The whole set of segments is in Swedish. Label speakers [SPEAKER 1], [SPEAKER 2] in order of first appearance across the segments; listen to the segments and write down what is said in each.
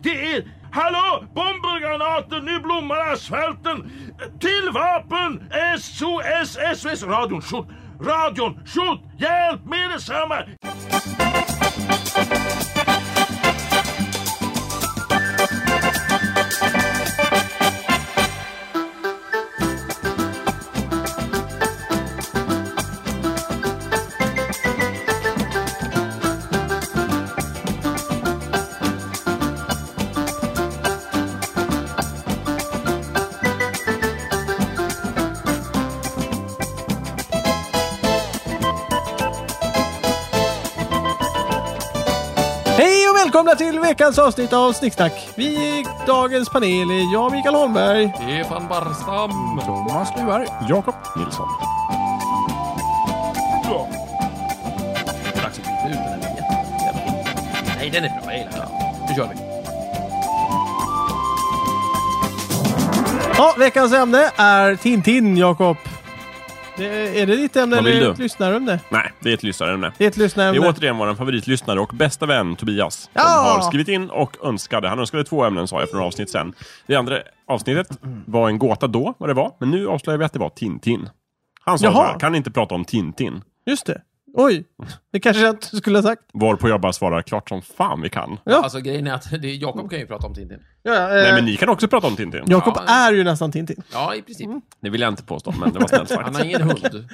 [SPEAKER 1] Det är... Hallå! Bombergranater! Nu blommar asfalten! Till vapen! SOS! SOS! Radion, skjut! Radion, skjut! Hjälp med detsamma!
[SPEAKER 2] Hej och välkomna till veckans avsnitt av Snicksnack. Vi i dagens panel är jag, Mikael Holmberg.
[SPEAKER 3] Stefan Barstam.
[SPEAKER 4] Thomas Nyberg. Jakob Nilsson.
[SPEAKER 3] Dags att byta ut den här jätte- Nej, den är bra. Jag gillar den. Nu kör vi.
[SPEAKER 2] Ja, veckans ämne är Tintin, Jakob. Det, är det ditt ämne
[SPEAKER 4] Vad vill
[SPEAKER 2] eller
[SPEAKER 4] du?
[SPEAKER 2] ett lyssnarämne?
[SPEAKER 4] Nej, det är ett lyssnarämne.
[SPEAKER 2] Det är ett
[SPEAKER 4] Det
[SPEAKER 2] lyssnarämne.
[SPEAKER 4] är återigen vår favoritlyssnare och bästa vän Tobias
[SPEAKER 2] Ja!
[SPEAKER 4] som har skrivit in och önskade. Han önskade två ämnen sa jag för några avsnitt sen. Det andra avsnittet var en gåta då, vad det var. Men nu avslöjar vi att det var Tintin. Han sa
[SPEAKER 2] Jaha.
[SPEAKER 4] så här, kan ni inte prata om Tintin?
[SPEAKER 2] Just det. Oj, det kanske jag inte skulle ha sagt.
[SPEAKER 4] Varpå jag bara svarar, klart som fan vi kan.
[SPEAKER 2] Ja.
[SPEAKER 3] Alltså grejen är att det är, Jakob kan ju prata om Tintin.
[SPEAKER 2] Ja, eh,
[SPEAKER 4] Nej, men ni kan också prata om Tintin.
[SPEAKER 2] Jakob
[SPEAKER 3] Ja.
[SPEAKER 2] är ju nästan Tintin.
[SPEAKER 3] Ja, i princip.
[SPEAKER 4] Det vill jag inte påstå, men det var snällt
[SPEAKER 3] Han
[SPEAKER 4] sagt.
[SPEAKER 3] har ingen hund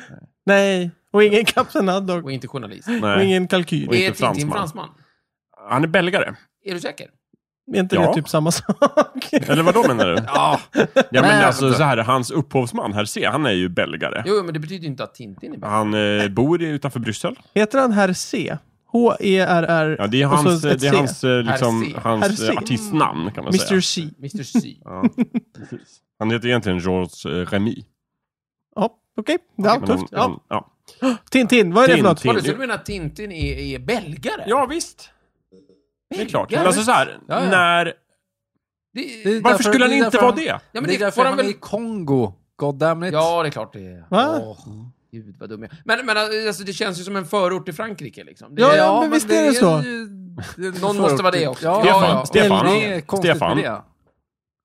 [SPEAKER 2] Nej, och ingen Kapten Haddock.
[SPEAKER 3] och inte journalist.
[SPEAKER 2] Och
[SPEAKER 4] Nej.
[SPEAKER 2] ingen kalkyl.
[SPEAKER 4] Och
[SPEAKER 3] Är
[SPEAKER 4] inte
[SPEAKER 3] Tintin
[SPEAKER 4] fransman.
[SPEAKER 3] fransman?
[SPEAKER 4] Han är belgare.
[SPEAKER 3] Är du säker?
[SPEAKER 2] Är inte det
[SPEAKER 4] Ja.
[SPEAKER 2] typ samma sak?
[SPEAKER 4] Eller vad då menar du?
[SPEAKER 3] Ja.
[SPEAKER 4] Ja,
[SPEAKER 3] Nej,
[SPEAKER 4] men alltså
[SPEAKER 3] vänta.
[SPEAKER 4] så här, hans upphovsman, herr C, han är ju belgare.
[SPEAKER 3] Jo, jo, men det betyder inte att Tintin är bra.
[SPEAKER 4] Han eh, bor i- utanför Bryssel.
[SPEAKER 2] Heter han Herr C? H-E-R-R
[SPEAKER 4] Ja, det är
[SPEAKER 2] och så
[SPEAKER 4] hans,
[SPEAKER 2] ett
[SPEAKER 4] det är
[SPEAKER 2] C.
[SPEAKER 4] hans, eh, liksom,
[SPEAKER 3] C.
[SPEAKER 2] Herr
[SPEAKER 4] hans
[SPEAKER 2] C.
[SPEAKER 4] eh, artistnamn kan man
[SPEAKER 2] Mr
[SPEAKER 4] säga.
[SPEAKER 2] C.
[SPEAKER 3] Mr. C.
[SPEAKER 4] Ja, precis. Han heter egentligen Georges eh, Remy.
[SPEAKER 2] Ja, okej. Ja,
[SPEAKER 4] Men han-
[SPEAKER 2] tufft. Ja.
[SPEAKER 4] han- ja.
[SPEAKER 2] Tintin, vad är det för något?
[SPEAKER 4] Tintin.
[SPEAKER 3] Vadå, så du menar att Tintin är, är belgare?
[SPEAKER 4] ja, visst. Det är klart. Men
[SPEAKER 3] Belgare?
[SPEAKER 4] alltså så här,
[SPEAKER 5] Ja, ja.
[SPEAKER 4] när...
[SPEAKER 3] Det-
[SPEAKER 5] Det är
[SPEAKER 4] Varför
[SPEAKER 5] därför-
[SPEAKER 4] skulle han
[SPEAKER 5] det är
[SPEAKER 4] inte
[SPEAKER 5] därför
[SPEAKER 4] vara det?
[SPEAKER 3] ja, men
[SPEAKER 5] det
[SPEAKER 3] det,
[SPEAKER 5] är därför
[SPEAKER 3] får han
[SPEAKER 5] han är i
[SPEAKER 3] väl...
[SPEAKER 5] Kongo. God damn it.
[SPEAKER 3] Ja, det är klart det är.
[SPEAKER 2] Va?
[SPEAKER 3] Åh, Gud, vad dum jag är. Men, men alltså, det känns ju som en förort till Frankrike, liksom. Det,
[SPEAKER 2] Ja, ja, men visst är det så.
[SPEAKER 5] ju- det är
[SPEAKER 3] Någon
[SPEAKER 5] för-
[SPEAKER 3] måste vara det också.
[SPEAKER 5] Ja,
[SPEAKER 4] Stefan,
[SPEAKER 5] ja, ja.
[SPEAKER 4] Stefan,
[SPEAKER 5] Det är konstigt
[SPEAKER 4] Stefan.
[SPEAKER 5] med det.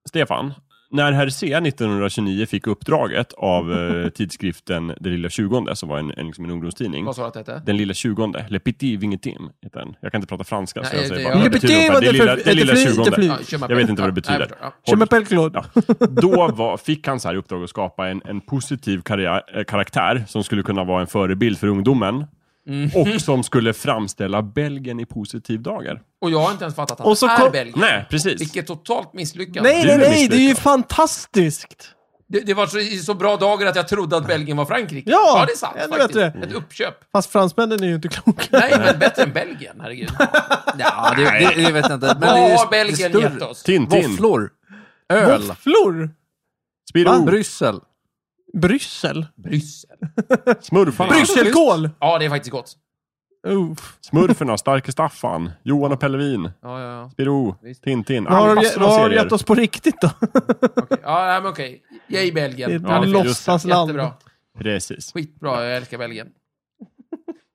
[SPEAKER 4] Stefan, när herr C 1929 fick uppdraget av eh, tidskriften Det lilla tjugonde, som var en, en, liksom en ungdomstidning,
[SPEAKER 3] Vad sa du att det hette?
[SPEAKER 4] Den lilla tjugonde, Le Petit Vingetim heter den. Jag kan inte prata franska så
[SPEAKER 3] Nej,
[SPEAKER 4] jag
[SPEAKER 3] det-
[SPEAKER 4] säger
[SPEAKER 3] ja.
[SPEAKER 4] bara vad
[SPEAKER 3] Le
[SPEAKER 4] det betyder. ungefär.
[SPEAKER 2] Petit
[SPEAKER 4] Det
[SPEAKER 2] var det
[SPEAKER 4] lilla, det lilla
[SPEAKER 2] för- ett flyg, ett
[SPEAKER 4] tjugonde.
[SPEAKER 2] flyg.
[SPEAKER 3] Ja, kör med-
[SPEAKER 4] Jag vet inte vad det
[SPEAKER 3] Ja, jag
[SPEAKER 4] betyder.
[SPEAKER 3] förstår. Ja.
[SPEAKER 2] Je
[SPEAKER 4] Håll-
[SPEAKER 2] m'appelle Claude.
[SPEAKER 4] Ja. Då var, fick han så här i uppdrag att skapa en, en positiv karriär, eh, karaktär som skulle kunna vara en förebild för ungdomen.
[SPEAKER 2] Mm.
[SPEAKER 4] Och som skulle framställa Belgien i positiv dagar.
[SPEAKER 3] Och jag har inte ens fattat att
[SPEAKER 2] Och så
[SPEAKER 3] han är
[SPEAKER 2] kom-
[SPEAKER 3] belgare.
[SPEAKER 4] Nej, precis.
[SPEAKER 3] Vilket totalt misslyckande.
[SPEAKER 2] Nej,
[SPEAKER 4] Du
[SPEAKER 2] nej,
[SPEAKER 4] är
[SPEAKER 2] nej, det
[SPEAKER 4] misslyckad.
[SPEAKER 2] är ju fantastiskt!
[SPEAKER 3] Det, det var så, i så bra dagar att jag trodde att Belgien var Frankrike.
[SPEAKER 2] Ja,
[SPEAKER 3] det är sant
[SPEAKER 2] ännu
[SPEAKER 3] faktiskt.
[SPEAKER 2] bättre.
[SPEAKER 3] Ett uppköp.
[SPEAKER 2] Fast fransmännen är ju inte kloka.
[SPEAKER 3] Nej, men bättre än Belgien, herregud.
[SPEAKER 5] Ja, det, det, det vet jag inte. Men det
[SPEAKER 3] Vad
[SPEAKER 5] är,
[SPEAKER 3] har
[SPEAKER 5] det är
[SPEAKER 3] Belgien
[SPEAKER 5] större.
[SPEAKER 3] gett oss?
[SPEAKER 4] Tintin,
[SPEAKER 5] Våfflor. Öl.
[SPEAKER 2] Våfflor!
[SPEAKER 5] Oh.
[SPEAKER 4] Spiro,
[SPEAKER 5] Bryssel.
[SPEAKER 2] Bryssel.
[SPEAKER 3] Bryssel.
[SPEAKER 4] Smurfarna,
[SPEAKER 2] Brysselkål!
[SPEAKER 3] Ja, det är faktiskt gott.
[SPEAKER 2] Uff.
[SPEAKER 4] Smurferna, Starke Staffan, Johan och Pellevin,
[SPEAKER 3] Ja, ja, ja.
[SPEAKER 4] Spiro,
[SPEAKER 3] Visst.
[SPEAKER 4] Tintin.
[SPEAKER 2] Vad har,
[SPEAKER 4] Alla
[SPEAKER 2] de,
[SPEAKER 4] massor av
[SPEAKER 2] vad har de
[SPEAKER 4] serier.
[SPEAKER 2] gett oss på riktigt då?
[SPEAKER 3] Okej. Ja, nej, men okej. Yay, Belgien.
[SPEAKER 2] Det är ett
[SPEAKER 3] Ja, är
[SPEAKER 4] just
[SPEAKER 2] låtsasland.
[SPEAKER 3] Jättebra.
[SPEAKER 4] Precis.
[SPEAKER 3] Skitbra, jag älskar Belgien.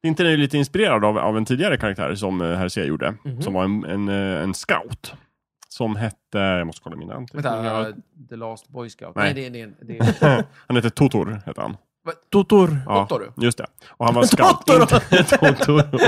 [SPEAKER 4] Tintin är ju lite inspirerad av, av en tidigare karaktär som eh, herr C gjorde,
[SPEAKER 2] Mhm.
[SPEAKER 4] som var en, en, eh, en scout. Som hette, jag måste kolla mina
[SPEAKER 3] Vänta,
[SPEAKER 4] anteckningar.
[SPEAKER 3] eh, The Last Boy Scout. Nej,
[SPEAKER 4] Nej.
[SPEAKER 3] det är... Det, det, det.
[SPEAKER 4] Han hette Totor, hette han.
[SPEAKER 2] Totor.
[SPEAKER 3] Totoro.
[SPEAKER 4] just det. Och han var scout.
[SPEAKER 2] Totoro.
[SPEAKER 4] Inte Totoro.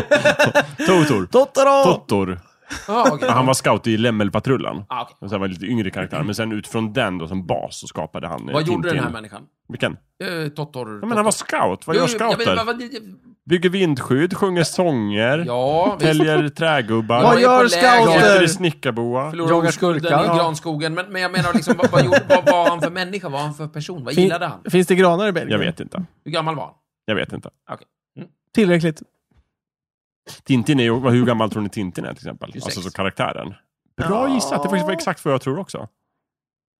[SPEAKER 4] Totor.
[SPEAKER 2] Totoro!
[SPEAKER 4] Totor.
[SPEAKER 3] Ah, okej.
[SPEAKER 4] Och Han var scout i Lämmelpatrullen.
[SPEAKER 3] Ah, okej.
[SPEAKER 4] Och sen var han lite yngre karaktär, men sen utifrån den då som bas så skapade han eh,
[SPEAKER 3] Vad gjorde
[SPEAKER 4] Tintin.
[SPEAKER 3] den här människan?
[SPEAKER 4] Vilken?
[SPEAKER 3] Uh, Tottor...
[SPEAKER 4] Ja, men han var scout. Vad gör scouter? Bygger vindskydd, sjunger sånger,
[SPEAKER 3] Ja, vi
[SPEAKER 4] täljer trägubbar,
[SPEAKER 2] Vad
[SPEAKER 3] Jag är
[SPEAKER 2] gör
[SPEAKER 3] på läger.
[SPEAKER 4] äter
[SPEAKER 2] scouter?
[SPEAKER 4] i snickarboa.
[SPEAKER 3] förlorar
[SPEAKER 5] Jagar
[SPEAKER 3] oskulden
[SPEAKER 5] skurkar.
[SPEAKER 3] i
[SPEAKER 5] Ja.
[SPEAKER 3] granskogen. Men, men jag menar liksom, vad, vad, gjorde, vad var han för människa? Vad var han för person? Vad gillade han?
[SPEAKER 2] Fin- Finns det granar i Belgien?
[SPEAKER 4] Jag vet inte.
[SPEAKER 3] Hur gammal var han?
[SPEAKER 4] Jag vet inte.
[SPEAKER 2] Tillräckligt.
[SPEAKER 4] Tintin är ju, hur gammal tror ni Tintin är till exempel?
[SPEAKER 3] 26.
[SPEAKER 4] Alltså så karaktären. Bra gissat, det var faktiskt exakt vad jag tror också.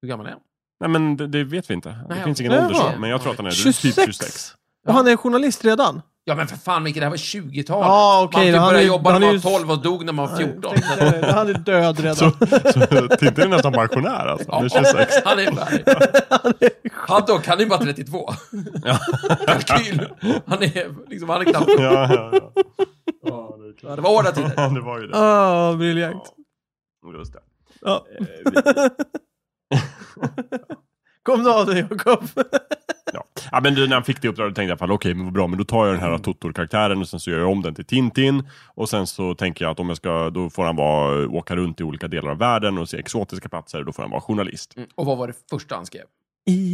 [SPEAKER 3] Hur gammal är han?
[SPEAKER 4] Nej men det, det vet vi inte. Det
[SPEAKER 3] Nej,
[SPEAKER 4] finns ingen
[SPEAKER 2] okej.
[SPEAKER 4] ålder så,
[SPEAKER 2] Jaha.
[SPEAKER 4] men jag tror att han är typ 26.
[SPEAKER 2] 26! Och han är journalist redan?
[SPEAKER 3] Ja men för fan Micke, det här var 20-talet.
[SPEAKER 2] Ja, okej,
[SPEAKER 3] man
[SPEAKER 2] han
[SPEAKER 3] fick börja
[SPEAKER 2] är ju-
[SPEAKER 3] jobba när
[SPEAKER 2] han är
[SPEAKER 3] man
[SPEAKER 2] ju-
[SPEAKER 3] var 12 och dog när man var 14.
[SPEAKER 2] Jag tänkte, Han är död
[SPEAKER 4] Så,
[SPEAKER 2] redan.
[SPEAKER 4] så Tintin är nästan pensionär alltså. Han är 26.
[SPEAKER 3] Han är värdig. Han dock, han är bara 32. Kalkyl. Han är liksom, han är knappt...
[SPEAKER 4] Ja, ja, ja.
[SPEAKER 3] Det var hårda tider.
[SPEAKER 4] Det var ju det.
[SPEAKER 2] Åh, Ah, briljant.
[SPEAKER 4] Just det.
[SPEAKER 2] Ja.
[SPEAKER 4] Eh, vi-
[SPEAKER 2] Kom du av dig Jakob?
[SPEAKER 4] Ja. ja, men du, när han fick det uppdraget tänkte jag i alla fall, okej, men vad bra, men då tar jag den här
[SPEAKER 2] Mm.
[SPEAKER 4] Totor-karaktären och sen så gör jag om den till Tintin. Och sen så tänker jag att om jag ska, då får han vara, åka runt i olika delar av världen och se exotiska platser, då får han vara journalist.
[SPEAKER 3] Mm. Och vad var det första han skrev?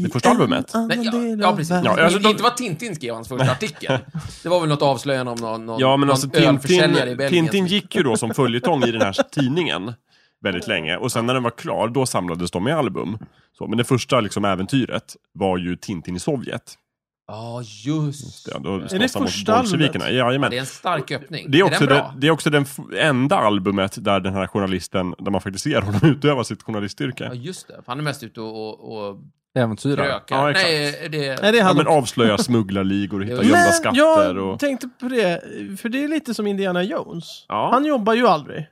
[SPEAKER 4] Det första albumet?
[SPEAKER 3] Nej, ja, ja, precis.
[SPEAKER 4] Ja,
[SPEAKER 3] Ja,
[SPEAKER 4] alltså, de-
[SPEAKER 3] Inte vad Tintin skrev hans första artikel. Det var väl något avslöjande om någon, någon,
[SPEAKER 4] Ja, men
[SPEAKER 3] någon
[SPEAKER 4] alltså Tintin,
[SPEAKER 3] ölförsäljare i Belgien.
[SPEAKER 4] Tintin gick ju då som följetong i den här tidningen väldigt länge. Och sen när den var klar, då samlades de i album. Så, men det första liksom, äventyret var ju Tintin i Sovjet.
[SPEAKER 3] Ja, just
[SPEAKER 4] Ja, då
[SPEAKER 2] det
[SPEAKER 4] slåss han mot
[SPEAKER 2] första albumet?
[SPEAKER 4] bolsjevikerna. Jajamän.
[SPEAKER 3] Det är en stark öppning.
[SPEAKER 4] Det är också,
[SPEAKER 3] den
[SPEAKER 4] det,
[SPEAKER 3] bra?
[SPEAKER 4] det är också den f- enda albumet där den här journalisten, där man faktiskt ser honom utöva sitt journalistyrke.
[SPEAKER 3] Ja, just det. Han är mest ute och, och, och
[SPEAKER 5] Äventyrar.
[SPEAKER 3] krökar.
[SPEAKER 4] Ja, exakt.
[SPEAKER 3] Nej, det är...
[SPEAKER 2] Nej, det är
[SPEAKER 4] Ja,
[SPEAKER 2] han.
[SPEAKER 4] men avslöja smugglarligor och hitta
[SPEAKER 3] Men
[SPEAKER 4] gömda
[SPEAKER 2] Men
[SPEAKER 4] skatter.
[SPEAKER 2] jag
[SPEAKER 4] Och...
[SPEAKER 2] tänkte på det, för det är lite som Indiana Jones.
[SPEAKER 4] Ja.
[SPEAKER 2] Han jobbar ju aldrig.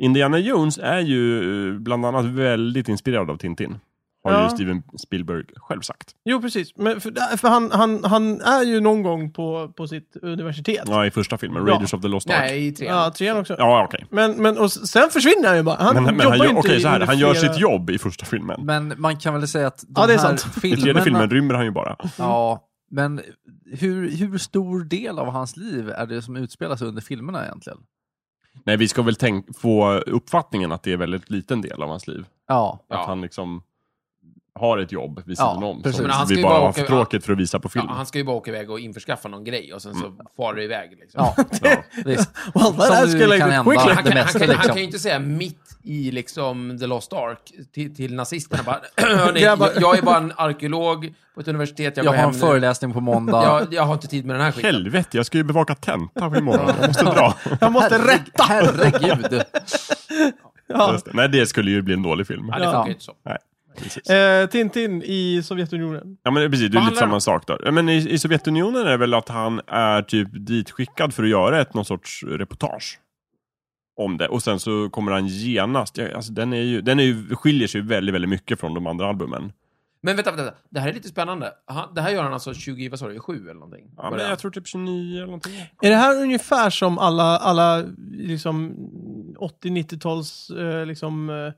[SPEAKER 4] Indiana Jones är ju eh, bland annat väldigt inspirerad av Tintin. Har
[SPEAKER 2] Ja.
[SPEAKER 4] ju Steven Spielberg själv sagt.
[SPEAKER 2] Jo, precis. Men för för han, han, han är ju någon gång på, på sitt universitet.
[SPEAKER 4] Ja, i första filmen,
[SPEAKER 2] Ja.
[SPEAKER 4] Raiders of the Lost Ark.
[SPEAKER 3] Nej, i trean.
[SPEAKER 2] Ja, trean också.
[SPEAKER 4] Ja, okej.
[SPEAKER 2] Men, men och s- sen försvinner han ju bara. Han
[SPEAKER 4] Men, men
[SPEAKER 2] jobbar
[SPEAKER 4] han,
[SPEAKER 2] ju
[SPEAKER 4] gör,
[SPEAKER 2] inte
[SPEAKER 4] okej, så här,
[SPEAKER 2] under
[SPEAKER 4] han gör
[SPEAKER 2] flera-
[SPEAKER 4] sitt jobb i första filmen.
[SPEAKER 5] Men man kan väl säga att de
[SPEAKER 2] Ja, det är
[SPEAKER 5] här
[SPEAKER 2] sant.
[SPEAKER 4] I
[SPEAKER 5] filmerna...
[SPEAKER 4] tredje filmen rymmer han ju bara.
[SPEAKER 5] Ja, men hur, hur stor del av hans liv är det som utspelas under filmerna egentligen?
[SPEAKER 4] Nej, vi ska väl tänk- få uppfattningen att det är väldigt liten del av hans liv.
[SPEAKER 5] Ja.
[SPEAKER 3] Ja.
[SPEAKER 4] Att han liksom har ett jobb vid sidan om.
[SPEAKER 5] precis.
[SPEAKER 4] Som
[SPEAKER 5] Men
[SPEAKER 3] han ska
[SPEAKER 4] vi
[SPEAKER 3] ju
[SPEAKER 4] bara
[SPEAKER 3] bara
[SPEAKER 4] har
[SPEAKER 3] åka-
[SPEAKER 4] för tråkigt för att visa på
[SPEAKER 3] Ja,
[SPEAKER 4] film.
[SPEAKER 3] han ska ju bara åka iväg och införskaffa någon grej och sen så far det iväg. Liksom.
[SPEAKER 5] Ja,
[SPEAKER 4] Ja.
[SPEAKER 5] visst.
[SPEAKER 2] Well, that
[SPEAKER 5] Som det
[SPEAKER 2] escalated
[SPEAKER 5] kan hända.
[SPEAKER 2] quickly.
[SPEAKER 5] Ja,
[SPEAKER 3] Han kan,
[SPEAKER 5] det
[SPEAKER 3] han,
[SPEAKER 5] mesta,
[SPEAKER 3] kan, han
[SPEAKER 5] liksom.
[SPEAKER 3] kan ju inte säga mitt i liksom The Lost Ark till, till nazisterna bara, Hörni,
[SPEAKER 2] Grabbar."
[SPEAKER 3] jag, jag är bara en arkeolog på ett universitet, jag,
[SPEAKER 5] Jag
[SPEAKER 3] går
[SPEAKER 5] har
[SPEAKER 3] hem
[SPEAKER 5] en
[SPEAKER 3] nu.
[SPEAKER 5] föreläsning på måndag.
[SPEAKER 3] Jag, jag har inte tid med den här skiten.
[SPEAKER 4] Helvete, jag ska ju bevaka tenta imorgon. Jag måste dra.
[SPEAKER 2] Jag måste
[SPEAKER 5] Herreg-
[SPEAKER 2] rätta.
[SPEAKER 5] Herregud.
[SPEAKER 2] Ja.
[SPEAKER 4] Just det. Nej, det skulle ju bli en dålig film.
[SPEAKER 3] Ja, det
[SPEAKER 5] Ja.
[SPEAKER 3] funkar ju inte så.
[SPEAKER 2] Eh, Tintin i Sovjetunionen.
[SPEAKER 4] Ja, men precis. Det är
[SPEAKER 3] Vad
[SPEAKER 4] lite
[SPEAKER 3] handlar det
[SPEAKER 4] samma
[SPEAKER 3] om?
[SPEAKER 4] sak där. Ja, Men i, i Sovjetunionen är det väl att han är typ ditskickad för att göra ett någon sorts reportage om det. Och sen så kommer han genast. ja, Alltså, den är ju, den är ju, skiljer sig väldigt, väldigt mycket från de andra albumen.
[SPEAKER 3] Men vänta, vänta, vänta. det här är lite spännande. Han, det här gör han alltså 20, vad sa du, 7 eller någonting?
[SPEAKER 4] Ja, men jag tror typ 29 eller någonting.
[SPEAKER 2] Är det här ungefär som alla, alla liksom 80-90-tals eh, liksom, eh,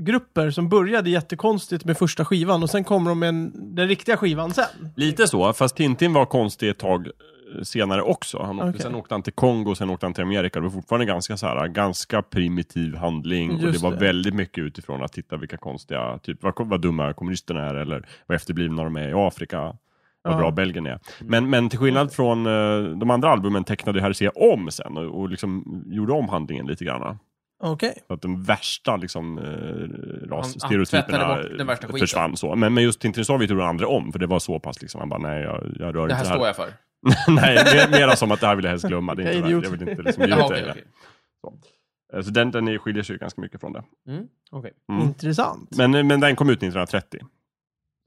[SPEAKER 2] grupper som började jättekonstigt med första skivan och sen kommer de med en, den riktiga skivan sen?
[SPEAKER 4] Lite så, fast Tintin var konstig ett tag eh, senare också. Han åkte,
[SPEAKER 2] Okej.
[SPEAKER 4] Sen åkte han till Kongo, sen åkte han till Amerika. Det var fortfarande ganska, så här, ganska primitiv handling. och det
[SPEAKER 2] Just
[SPEAKER 4] var
[SPEAKER 2] det.
[SPEAKER 4] väldigt mycket utifrån att titta vilka konstiga, typ vad, vad dumma kommunisterna är eller vad efterblivna de är i Afrika. Vad
[SPEAKER 2] Ja.
[SPEAKER 4] bra Belgien är. Men, men till skillnad från eh, de andra albumen tecknade Herr C om sen och, och liksom gjorde om handlingen lite grann.
[SPEAKER 2] Okej.
[SPEAKER 4] Så att de värsta liksom, eh,
[SPEAKER 3] han
[SPEAKER 4] rasstereotyperna
[SPEAKER 3] tvättade bort den värsta skiten.
[SPEAKER 4] försvann. Så. Men, men just Tintin Sovjet gjorde han andra om, för det var så pass liksom, han bara nej, jag, jag rör
[SPEAKER 3] Det
[SPEAKER 4] inte
[SPEAKER 3] här
[SPEAKER 4] det här.
[SPEAKER 3] står jag för.
[SPEAKER 4] nej, det är mera som att det här vill jag helst glömma. Det är
[SPEAKER 2] Vilka
[SPEAKER 4] inte värt, jag
[SPEAKER 2] idioter.
[SPEAKER 4] vill inte liksom, ge
[SPEAKER 3] Jaha,
[SPEAKER 4] ut
[SPEAKER 3] okej,
[SPEAKER 4] det.
[SPEAKER 3] okej.
[SPEAKER 4] Eh, Så den, den är- skiljer sig ju ganska mycket från det.
[SPEAKER 3] Mm, okej.
[SPEAKER 4] Mm.
[SPEAKER 2] Intressant.
[SPEAKER 4] Men, men den kom ut 1930.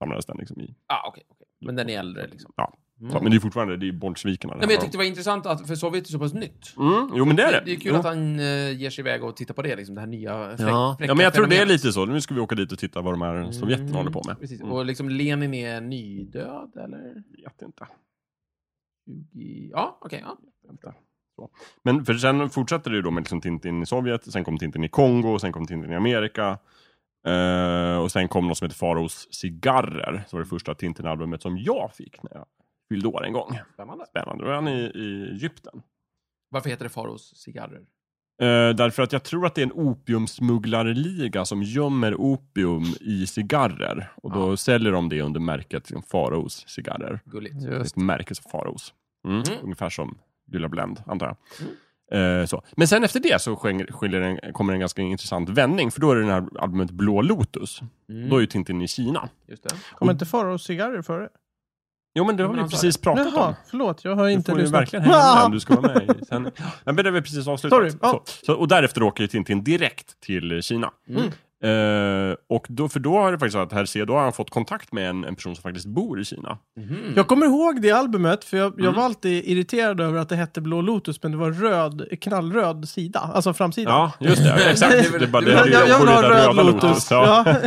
[SPEAKER 4] Samlades den liksom i.
[SPEAKER 3] Ah, okej, okej. Men den är äldre liksom.
[SPEAKER 4] Ja.
[SPEAKER 3] Mm.
[SPEAKER 4] Så, men det är fortfarande, det är ju bolsjevikerna. det
[SPEAKER 3] Nej, men jag
[SPEAKER 4] handlar
[SPEAKER 3] tyckte det var intressant att, för Sovjet är så pass nytt.
[SPEAKER 4] om. mm, jo, men det är det.
[SPEAKER 3] Det är kul
[SPEAKER 4] Jo.
[SPEAKER 3] att han eh, ger sig iväg och tittar på det, liksom, det här nya fräck,
[SPEAKER 5] Ja.
[SPEAKER 3] fräcka
[SPEAKER 4] Ja, men jag tror det är
[SPEAKER 3] fenomenet.
[SPEAKER 4] lite så. Nu ska vi åka dit och titta vad de här
[SPEAKER 3] Mm.
[SPEAKER 4] sovjeterna håller på med.
[SPEAKER 3] Precis.
[SPEAKER 4] Mm.
[SPEAKER 3] Och liksom Lenin är nydöd, eller?
[SPEAKER 4] Vet inte.
[SPEAKER 3] 20... Ja, okej. ja.
[SPEAKER 4] Vänta. Så. Men för sen fortsatte det ju då med liksom Tintin i Sovjet, sen kom Tintin i Kongo, sen kom Tintin i Amerika. Eh, och sen kom något som heter Faraos cigarrer, som var det första Tintin-albumet som jag fick när jag fyllde år en gång.
[SPEAKER 3] Spännande.
[SPEAKER 4] Spännande. Då var han i, i Egypten.
[SPEAKER 3] Varför heter det Faros cigarrer?
[SPEAKER 4] Eh, därför att jag tror att det är en opiumsmugglarliga som gömmer opium i cigarrer. Och då säljer de det under märket liksom, Faraos cigarrer.
[SPEAKER 3] Gulligt.
[SPEAKER 4] Ett märke som Faraos. Mm.
[SPEAKER 3] Mm.
[SPEAKER 4] Ungefär som Gula Blend, antar jag. Eh, så. Men sen efter det så skäng- skiljer en, kommer en ganska intressant vändning, för då är det den här albumet Blå Lotus.
[SPEAKER 3] Mm.
[SPEAKER 4] Då är ju Tintin i Kina.
[SPEAKER 3] Just det.
[SPEAKER 2] Kommer inte Farao cigarrer före?
[SPEAKER 4] Jo, men det har
[SPEAKER 3] men
[SPEAKER 4] vi
[SPEAKER 3] han sa
[SPEAKER 4] precis pratat om.
[SPEAKER 2] Jaha, förlåt. Jag har
[SPEAKER 4] Du
[SPEAKER 2] inte
[SPEAKER 4] får ju
[SPEAKER 2] lyssnat.
[SPEAKER 4] verkligen hänga med
[SPEAKER 2] Ah!
[SPEAKER 4] om du ska vara med. i- Sen, men det har vi precis avslutat.
[SPEAKER 2] Sorry, ja.
[SPEAKER 4] Så, så, och därefter åker ju Tintin direkt till Kina. Eh, och då, för då har det faktiskt varit här ser då har han fått kontakt med en, en person som faktiskt bor i Kina. Mm.
[SPEAKER 2] Jag kommer ihåg det albumet, för jag, jag var alltid irriterad över att det hette Blå Lotus, men det var röd, knallröd sida. Alltså framsidan.
[SPEAKER 4] Ja, just det. Exakt.
[SPEAKER 3] Det är väl-
[SPEAKER 4] Det, bara-
[SPEAKER 3] det är
[SPEAKER 4] det,
[SPEAKER 3] väl-
[SPEAKER 4] det,
[SPEAKER 2] jag, jag vill ha
[SPEAKER 4] borde heta
[SPEAKER 2] röd
[SPEAKER 4] Röda
[SPEAKER 2] Lotus.
[SPEAKER 4] Ja,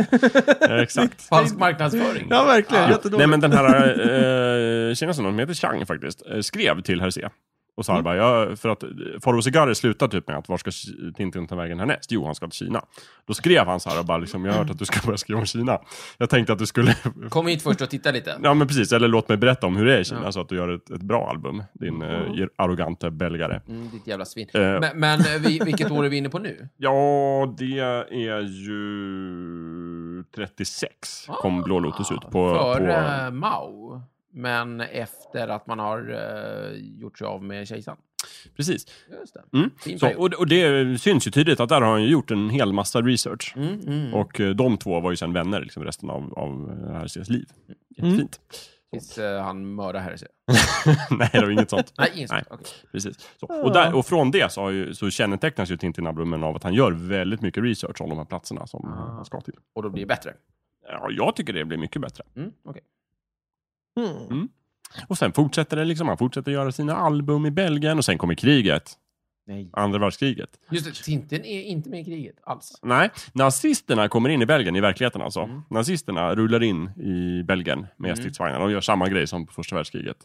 [SPEAKER 2] Ja.
[SPEAKER 4] exakt.
[SPEAKER 3] Falsk marknadsföring.
[SPEAKER 2] ja, verkligen.
[SPEAKER 4] Ja.
[SPEAKER 2] Jättedåligt.
[SPEAKER 4] Nej men den här eh, kinesen, hon heter Chang faktiskt, eh, skrev till herr C. Och så här bara, jag, för att Faro Cigarri slutar typ med att var ska Tintin ta vägen härnäst? Jo, han ska till Kina. Då skrev han så här och bara liksom, jag har hört att du ska börja skriva om Kina. Jag tänkte att du skulle,
[SPEAKER 3] Kom hit först och titta lite.
[SPEAKER 4] ja men precis, eller låt mig berätta om hur det är i Kina så att du gör ett, ett bra album, din eh, arroganta belgare.
[SPEAKER 3] Mm, ditt jävla svin.
[SPEAKER 4] Eh.
[SPEAKER 3] Men, men eh, vi, vilket år är vi inne på nu?
[SPEAKER 4] Ja, det är ju 36 kom Blå Lotus ut på...
[SPEAKER 3] Före
[SPEAKER 4] på
[SPEAKER 3] Mao, men efter att man har eh, gjort sig av med kejsaren.
[SPEAKER 4] precis.
[SPEAKER 3] Just det.
[SPEAKER 4] Mm.
[SPEAKER 3] Fin
[SPEAKER 4] Så,
[SPEAKER 3] period.
[SPEAKER 4] och, och det syns ju tydligt att där har han ju gjort en hel massa research.
[SPEAKER 3] Mm, mm.
[SPEAKER 4] Och eh, de två var ju sen vänner liksom, resten av, av RCs liv.
[SPEAKER 3] Mm.
[SPEAKER 4] Jättefint.
[SPEAKER 3] Tills eh, han mördar Harry.
[SPEAKER 4] Nej, det var inget sånt.
[SPEAKER 3] Nej, inget
[SPEAKER 4] Nej.
[SPEAKER 3] sånt. Okej.
[SPEAKER 4] Precis. Så. Och, där, och från det så, har ju, så kännetecknas ju Tintin-albumen av att han gör väldigt mycket research om de här platserna som
[SPEAKER 3] Ah.
[SPEAKER 4] han ska till.
[SPEAKER 3] Och då blir det bättre.
[SPEAKER 4] Ja, jag tycker det blir mycket bättre.
[SPEAKER 3] Mm, okej.
[SPEAKER 2] Mm.
[SPEAKER 4] Och sen fortsätter det liksom, han fortsätter göra sina album i Belgien och sen kommer kriget.
[SPEAKER 3] Nej.
[SPEAKER 4] Andra världskriget.
[SPEAKER 3] Just det, Tintin är inte med i kriget alls.
[SPEAKER 4] Nej, nazisterna kommer in i Belgien i verkligheten alltså. Nazisterna rullar in i Belgien med stridsvagnar. De gör samma grej som på första världskriget.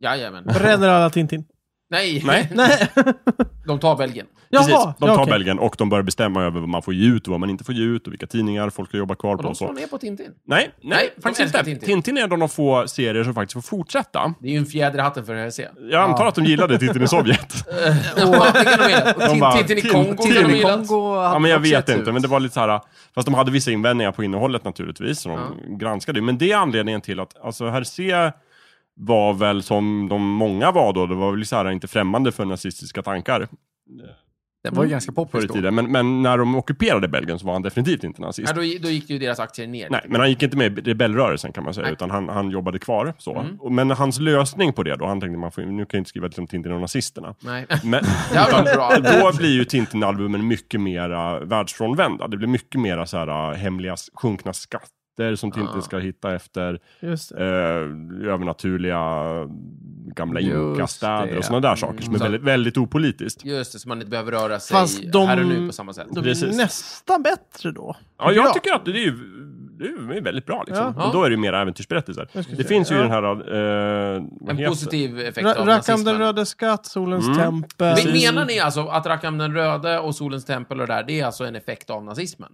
[SPEAKER 3] Jajamän.
[SPEAKER 2] Bränner alla Tintin?
[SPEAKER 3] Nej,
[SPEAKER 4] Nej.
[SPEAKER 2] Nej!
[SPEAKER 3] de tar Belgien.
[SPEAKER 2] Jaha!
[SPEAKER 4] Precis, de tar
[SPEAKER 2] ja, okej.
[SPEAKER 4] Belgien och de börjar bestämma över vad man får ge ut och vad man inte får ge ut och vilka tidningar folk ska jobba kvar
[SPEAKER 3] Och
[SPEAKER 4] på.
[SPEAKER 3] de
[SPEAKER 4] Och
[SPEAKER 3] slår
[SPEAKER 4] så.
[SPEAKER 3] ner på Tintin.
[SPEAKER 4] Nej, nej,
[SPEAKER 3] Nej, de
[SPEAKER 4] faktiskt
[SPEAKER 3] älskar
[SPEAKER 4] inte. Tintin.
[SPEAKER 3] Tintin.
[SPEAKER 4] är en av de få serier som faktiskt får fortsätta.
[SPEAKER 3] Det är ju en fjäder i hatten för Hercé.
[SPEAKER 4] Jag antar att de gillade Tintin i Sovjet.
[SPEAKER 3] Ja, det kan de gilla. Och
[SPEAKER 4] bara,
[SPEAKER 3] Tin- Tintin i
[SPEAKER 4] Tin-
[SPEAKER 3] Kongo
[SPEAKER 4] Tintin
[SPEAKER 3] kan de
[SPEAKER 4] i
[SPEAKER 3] gilla.
[SPEAKER 5] Kongo hade
[SPEAKER 4] Ja, men jag
[SPEAKER 5] också
[SPEAKER 4] vet
[SPEAKER 5] sett
[SPEAKER 4] inte,
[SPEAKER 5] ut.
[SPEAKER 4] men det var lite så här... Fast de hade vissa invändningar på innehållet naturligtvis, som de granskade. Men det är anledningen till att, alltså Hercé var väl som de många var då, det var väl så här inte främmande för nazistiska tankar
[SPEAKER 5] Den var ju ganska
[SPEAKER 4] förr i
[SPEAKER 5] poppis då.
[SPEAKER 4] tiden. Men, men när de ockuperade Belgien så var han definitivt inte nazist.
[SPEAKER 3] Ja, då, då gick ju deras aktier ner.
[SPEAKER 4] Nej, men han gick inte med i rebellrörelsen kan man säga,
[SPEAKER 3] Nej. Mm.
[SPEAKER 4] utan han, han jobbade kvar. Så. Och- Men hans lösning på det då, han tänkte man får, nu kan jag inte skriva liksom, Tintin och nazisterna.
[SPEAKER 3] Nej.
[SPEAKER 4] Men,
[SPEAKER 3] Det här var bra.
[SPEAKER 4] då blir ju Tintin-albumen mycket mera världsfrånvända. Det blir mycket mera så här, äh, hemliga s- sjunkna skatter som Tintin ska hitta efter.
[SPEAKER 2] Just det.
[SPEAKER 4] Eh, övernaturliga äh, gamla
[SPEAKER 5] Just
[SPEAKER 4] inkastäder
[SPEAKER 5] det.
[SPEAKER 4] och sådana där saker som är
[SPEAKER 3] Så-
[SPEAKER 4] väldigt, väldigt opolitiskt.
[SPEAKER 3] Just det, så man inte behöver röra sig
[SPEAKER 2] Fast de-
[SPEAKER 3] här och nu på samma sätt.
[SPEAKER 2] De
[SPEAKER 4] Precis.
[SPEAKER 2] är nästan bättre då.
[SPEAKER 4] Ja, jag
[SPEAKER 2] Bra.
[SPEAKER 4] tycker att det är ju det är ju väldigt bra liksom.
[SPEAKER 3] Ja.
[SPEAKER 4] Och då är det ju mer äventyrsberättelser. Det finns ju i den här... Eh, vad
[SPEAKER 3] En
[SPEAKER 4] heter-
[SPEAKER 3] positiv effekt
[SPEAKER 2] Ra-
[SPEAKER 3] av
[SPEAKER 2] Rackham den
[SPEAKER 3] nazismen.
[SPEAKER 2] röde skatt, Solens
[SPEAKER 4] Mm.
[SPEAKER 2] tempel.
[SPEAKER 3] Men, menar ni alltså att Rackham den röde och Solens tempel och det där, det är alltså en effekt av nazismen?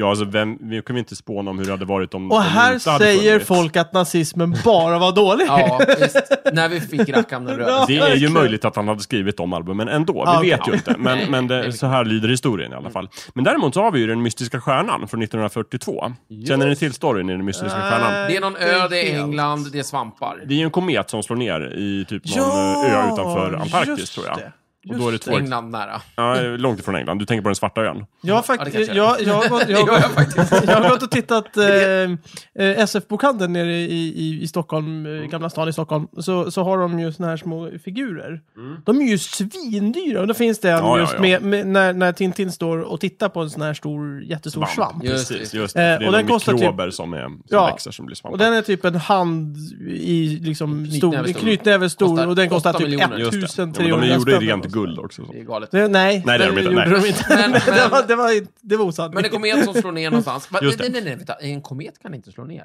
[SPEAKER 4] Ja, alltså vem, vi kan ju inte spåna om hur det hade varit om
[SPEAKER 2] Och
[SPEAKER 4] om det
[SPEAKER 2] här
[SPEAKER 4] inte hade
[SPEAKER 2] säger
[SPEAKER 4] funnits.
[SPEAKER 2] folk att nazismen bara var dålig.
[SPEAKER 3] Ja, visst. När vi fick Rackham den röde.
[SPEAKER 2] Ja.
[SPEAKER 4] Det är ju
[SPEAKER 2] verkligen.
[SPEAKER 4] möjligt att han hade skrivit de albumen ändå,
[SPEAKER 2] Ja,
[SPEAKER 4] vi
[SPEAKER 2] okej.
[SPEAKER 4] vet ju inte. Men,
[SPEAKER 3] Nej,
[SPEAKER 4] men
[SPEAKER 3] det är
[SPEAKER 4] det,
[SPEAKER 3] mycket.
[SPEAKER 4] så här lyder historien i alla fall. Men däremot så har vi ju Den mystiska stjärnan från 1942. Känner ni till storyn i Den mystiska
[SPEAKER 2] Eh.
[SPEAKER 4] stjärnan?
[SPEAKER 3] Det är någon
[SPEAKER 2] Inte
[SPEAKER 3] ö, det är
[SPEAKER 2] helt.
[SPEAKER 3] England, det är svampar.
[SPEAKER 4] Det är ju en komet som slår ner i typ någon
[SPEAKER 2] Ja,
[SPEAKER 4] eh, ö utanför Antarktis
[SPEAKER 2] just
[SPEAKER 4] tror jag.
[SPEAKER 2] det.
[SPEAKER 4] Och då är det två,
[SPEAKER 3] England nära.
[SPEAKER 4] ja, långt ifrån England. Du tänker på den svarta ön.
[SPEAKER 2] Jag har,
[SPEAKER 3] Ja, det
[SPEAKER 2] fakt-
[SPEAKER 3] kanske är.
[SPEAKER 2] jag, jag, har gått, jag, har
[SPEAKER 3] Det gör jag
[SPEAKER 2] gått, jag har gått och tittat eh, eh, SF-bokhandeln nere i, i, i Stockholm, eh, Gamla stan i Stockholm. Så, så har de ju såna här små figurer.
[SPEAKER 3] Mm.
[SPEAKER 2] De är ju svindyra. Och då finns det en
[SPEAKER 4] Ja, ja,
[SPEAKER 2] just
[SPEAKER 4] ja.
[SPEAKER 2] Med, med, när, när Tintin står och tittar på en sån här stor, jättestor svamp.
[SPEAKER 3] Just
[SPEAKER 4] Precis,
[SPEAKER 3] det.
[SPEAKER 4] just
[SPEAKER 2] Eh,
[SPEAKER 4] det. För det är
[SPEAKER 2] och den
[SPEAKER 4] några
[SPEAKER 2] kostar typ-
[SPEAKER 4] mikrober som, är, som
[SPEAKER 2] Ja.
[SPEAKER 4] växer som blir svampar.
[SPEAKER 2] Och den är typ en hand i liksom stor,
[SPEAKER 3] Knytnäve stor.
[SPEAKER 2] knytnäve stor
[SPEAKER 3] Kostar
[SPEAKER 2] och den kostar
[SPEAKER 3] åtta
[SPEAKER 2] typ
[SPEAKER 3] miljoner.
[SPEAKER 4] Just det.
[SPEAKER 2] 1300
[SPEAKER 4] Ja, men de är gjorda i
[SPEAKER 2] spänn.
[SPEAKER 4] rent guld också. Så.
[SPEAKER 3] Det är galet.
[SPEAKER 2] Det- Nej,
[SPEAKER 4] Nej, det är de inte.
[SPEAKER 2] gjorde
[SPEAKER 4] Nej.
[SPEAKER 2] de inte.
[SPEAKER 3] Men,
[SPEAKER 2] det var,
[SPEAKER 3] men,
[SPEAKER 2] det var, inte- det var osant.
[SPEAKER 3] men en komet som slår ner någonstans. Va,
[SPEAKER 4] Just det.
[SPEAKER 3] Nej, nej, nej, vänta. En komet kan inte slå ner.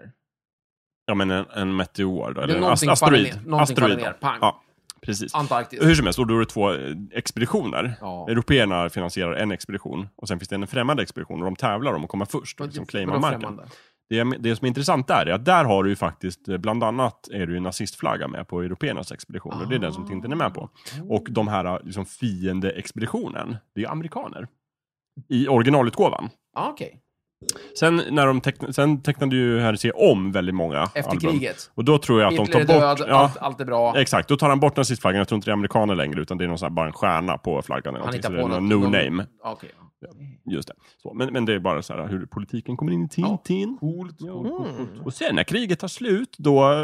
[SPEAKER 4] Ja, men en, en meteor då,
[SPEAKER 3] Det
[SPEAKER 4] eller
[SPEAKER 3] är
[SPEAKER 4] en
[SPEAKER 3] någonting
[SPEAKER 4] ast- asteroid.
[SPEAKER 3] faller ner. Någonting faller
[SPEAKER 4] asteroid
[SPEAKER 3] ner.
[SPEAKER 4] då.
[SPEAKER 3] Pang.
[SPEAKER 4] Ja, precis.
[SPEAKER 3] Antarktis.
[SPEAKER 4] Hur som helst, och då är det två eh, expeditioner.
[SPEAKER 3] Ja.
[SPEAKER 4] Européerna finansierar en expedition och sen finns det en främmande expedition och de tävlar om att komma först och liksom claima
[SPEAKER 3] Vadå
[SPEAKER 4] marken.
[SPEAKER 3] främmande?
[SPEAKER 4] Det, jag men- det som är intressant där är att där har du ju faktiskt, eh, bland annat är det ju nazistflagga med på européernas expedition och det är
[SPEAKER 3] Ah.
[SPEAKER 4] den som Tintin är med på. Och de här eh, liksom, fiendeexpeditionen, det är ju amerikaner. I originalutgåvan.
[SPEAKER 3] Ja, okej.
[SPEAKER 4] Sen, när de teckna, sen tecknade ju Hersey om väldigt många
[SPEAKER 3] Efter
[SPEAKER 4] album.
[SPEAKER 3] kriget.
[SPEAKER 4] Och då tror jag att
[SPEAKER 3] Hitler är
[SPEAKER 4] de tar bort...
[SPEAKER 3] död,
[SPEAKER 4] ja,
[SPEAKER 3] allt, allt är bra.
[SPEAKER 4] Exakt, då tar han bort nazistflaggan. Jag tror inte det är amerikaner längre, utan det är någon sån här, bara en stjärna på flaggan.
[SPEAKER 3] Han hittar på
[SPEAKER 4] något.
[SPEAKER 3] något.
[SPEAKER 4] No
[SPEAKER 3] någon-
[SPEAKER 4] name.
[SPEAKER 3] Okej.
[SPEAKER 4] Just det. Så, men, men det är bara så här hur politiken kommer in i Tintin. Coolt, Och sen när kriget tar slut, då eh,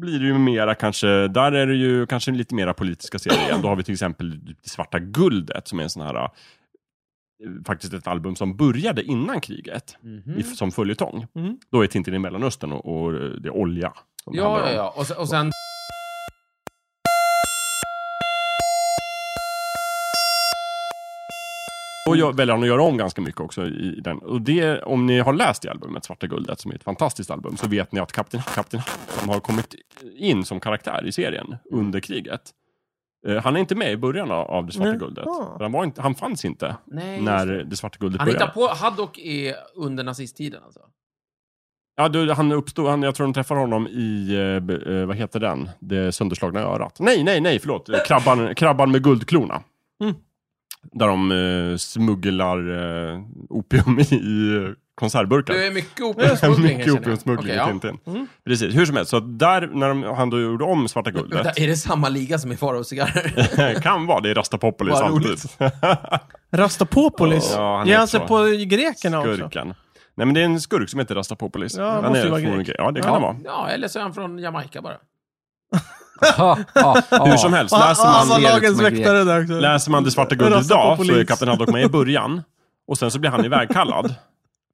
[SPEAKER 4] blir det ju mera kanske, där är det ju kanske lite mera politiska serier igen. Då har vi till exempel Det svarta guldet som är en sån här, eh, faktiskt ett album som började innan kriget, i, som följetong.
[SPEAKER 2] Mm.
[SPEAKER 4] Då är Tintin i Mellanöstern och, och det är olja. som det
[SPEAKER 3] Ja,
[SPEAKER 4] handlar
[SPEAKER 3] ja,
[SPEAKER 4] om.
[SPEAKER 3] ja. Och, sen- och sen...
[SPEAKER 4] Då gör- väljer han att göra om ganska mycket också i i den. Och det, om ni har läst i albumet Svarta Guldet, som är ett fantastiskt album, så vet ni att Kapten, Kapten som har kommit in som karaktär i serien under kriget. eh, Han är inte med i början av- av Det Svarta
[SPEAKER 2] Nej.
[SPEAKER 4] Guldet.
[SPEAKER 2] Ah.
[SPEAKER 4] för Han, var inte, han fanns inte
[SPEAKER 3] Nej, just
[SPEAKER 4] när
[SPEAKER 3] det.
[SPEAKER 4] Det Svarta Guldet
[SPEAKER 3] Han
[SPEAKER 4] började.
[SPEAKER 3] hittar på Haddock är under nazisttiden alltså?
[SPEAKER 4] Ja, du, han uppstod, han, jag tror de träffar honom i, eh, b- eh, vad heter den? Det sönderslagna örat. Nej, nej, nej, förlåt. Eh, Krabban, krabban med guldklona.
[SPEAKER 2] Mm.
[SPEAKER 4] Där de eh, smugglar eh, opium i eh, konservburkar.
[SPEAKER 3] Det är mycket opiumsmuggling.
[SPEAKER 4] Mycket opiumsmuggling i Tintin.
[SPEAKER 2] Mm.
[SPEAKER 4] Precis, hur som helst. Så att där, när de, han då gjorde om Svarta
[SPEAKER 3] Vänta,
[SPEAKER 4] Guldet.
[SPEAKER 3] är det samma liga som i Farao och cigarrer?
[SPEAKER 4] kan vara, det är Rastapopoli
[SPEAKER 3] Vad
[SPEAKER 4] samtidigt.
[SPEAKER 2] Rastapopolis.
[SPEAKER 4] Ja, han
[SPEAKER 2] Ger
[SPEAKER 4] är
[SPEAKER 2] han sig
[SPEAKER 4] så.
[SPEAKER 2] på grekerna också?
[SPEAKER 4] Skurken. Nej, men det är en skurk som heter Rastapopolis.
[SPEAKER 2] Ja, måste ju vara
[SPEAKER 4] förmodligen- Ja, det kan han vara.
[SPEAKER 3] Ja, eller så är han från Jamaica bara.
[SPEAKER 5] Ja, ja, ja.
[SPEAKER 4] Hur som helst,
[SPEAKER 2] Och han,
[SPEAKER 4] läser
[SPEAKER 2] och
[SPEAKER 4] man
[SPEAKER 2] han var
[SPEAKER 5] ler ut
[SPEAKER 2] lagens
[SPEAKER 5] som en grek.
[SPEAKER 2] väktare där också.
[SPEAKER 4] Läser man Det svarta guldet
[SPEAKER 2] Rasta
[SPEAKER 4] idag så är
[SPEAKER 2] populist.
[SPEAKER 4] Kapten Haddock med i början. Och sen så blir han ivägkallad.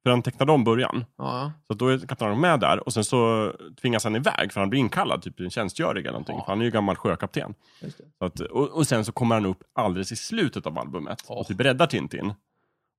[SPEAKER 4] För han tecknade om början.
[SPEAKER 3] Ja.
[SPEAKER 4] Så då är Kapten Haddock med där. Och sen så tvingas han iväg för han blir inkallad typ i en tjänstgöring eller någonting. För han är ju gammal sjökapten.
[SPEAKER 3] Just det.
[SPEAKER 4] Så att, och, och sen så kommer han upp alldeles i slutet av albumet.
[SPEAKER 3] Åh.
[SPEAKER 4] Och typ räddar Tintin.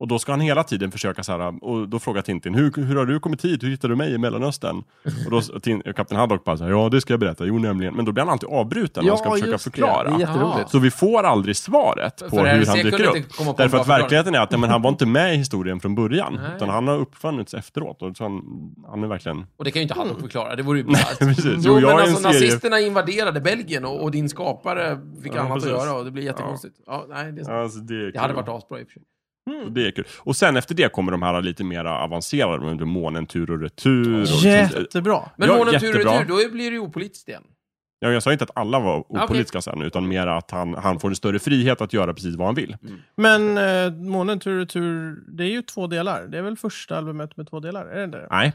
[SPEAKER 4] Och då ska han hela tiden försöka så här, och då frågar Tintin, hur, hur har du kommit hit? Hur hittade du mig i Mellanöstern? Och då och Tin- och Kapten Haddock bara så här, ja det ska jag berätta, jo nämligen. Men då blir han alltid avbruten när han ska försöka
[SPEAKER 5] just det.
[SPEAKER 4] förklara.
[SPEAKER 5] Det är jätteroligt.
[SPEAKER 4] Så vi får aldrig svaret på
[SPEAKER 3] för
[SPEAKER 4] hur
[SPEAKER 3] RFC
[SPEAKER 4] han
[SPEAKER 3] kunde
[SPEAKER 4] dyker upp.
[SPEAKER 3] inte komma på en
[SPEAKER 4] Därför
[SPEAKER 3] bra
[SPEAKER 4] att verkligheten är att ja, men han var inte med i historien från början.
[SPEAKER 3] Nej.
[SPEAKER 4] Utan han har uppfunnits efteråt. Och så han, han är verkligen...
[SPEAKER 3] Och det kan ju inte Haddock förklara, det vore ju bisarrt.
[SPEAKER 4] Mm. precis. Jo,
[SPEAKER 3] Jo, men
[SPEAKER 4] jag är en
[SPEAKER 3] alltså
[SPEAKER 4] serie-
[SPEAKER 3] nazisterna invaderade Belgien och, och din skapare fick
[SPEAKER 4] Ja,
[SPEAKER 3] annat
[SPEAKER 4] precis.
[SPEAKER 3] att göra och det blir jättekonstigt. Ja. nej, det, är sant.
[SPEAKER 4] Alltså, det, är
[SPEAKER 3] det hade
[SPEAKER 4] kul.
[SPEAKER 3] varit asbra i och för sig.
[SPEAKER 4] det är kul. Och sen efter det kommer de här lite mer avancerade. Med månen tur och retur. Och liksom,
[SPEAKER 2] Jättebra.
[SPEAKER 3] Men
[SPEAKER 4] Ja,
[SPEAKER 3] månen tur och
[SPEAKER 4] jättebra.
[SPEAKER 3] retur, då Ah, blir det ju opolitiskt igen.
[SPEAKER 4] ja, jag sa inte att alla var opolitiska sen. Utan mer att han, han får en större frihet att göra precis vad han vill.
[SPEAKER 3] Mm.
[SPEAKER 2] Men eh, Månen tur och tur, det är ju två delar. Det är väl första albumet med två delar? Är det inte det?
[SPEAKER 4] Nej.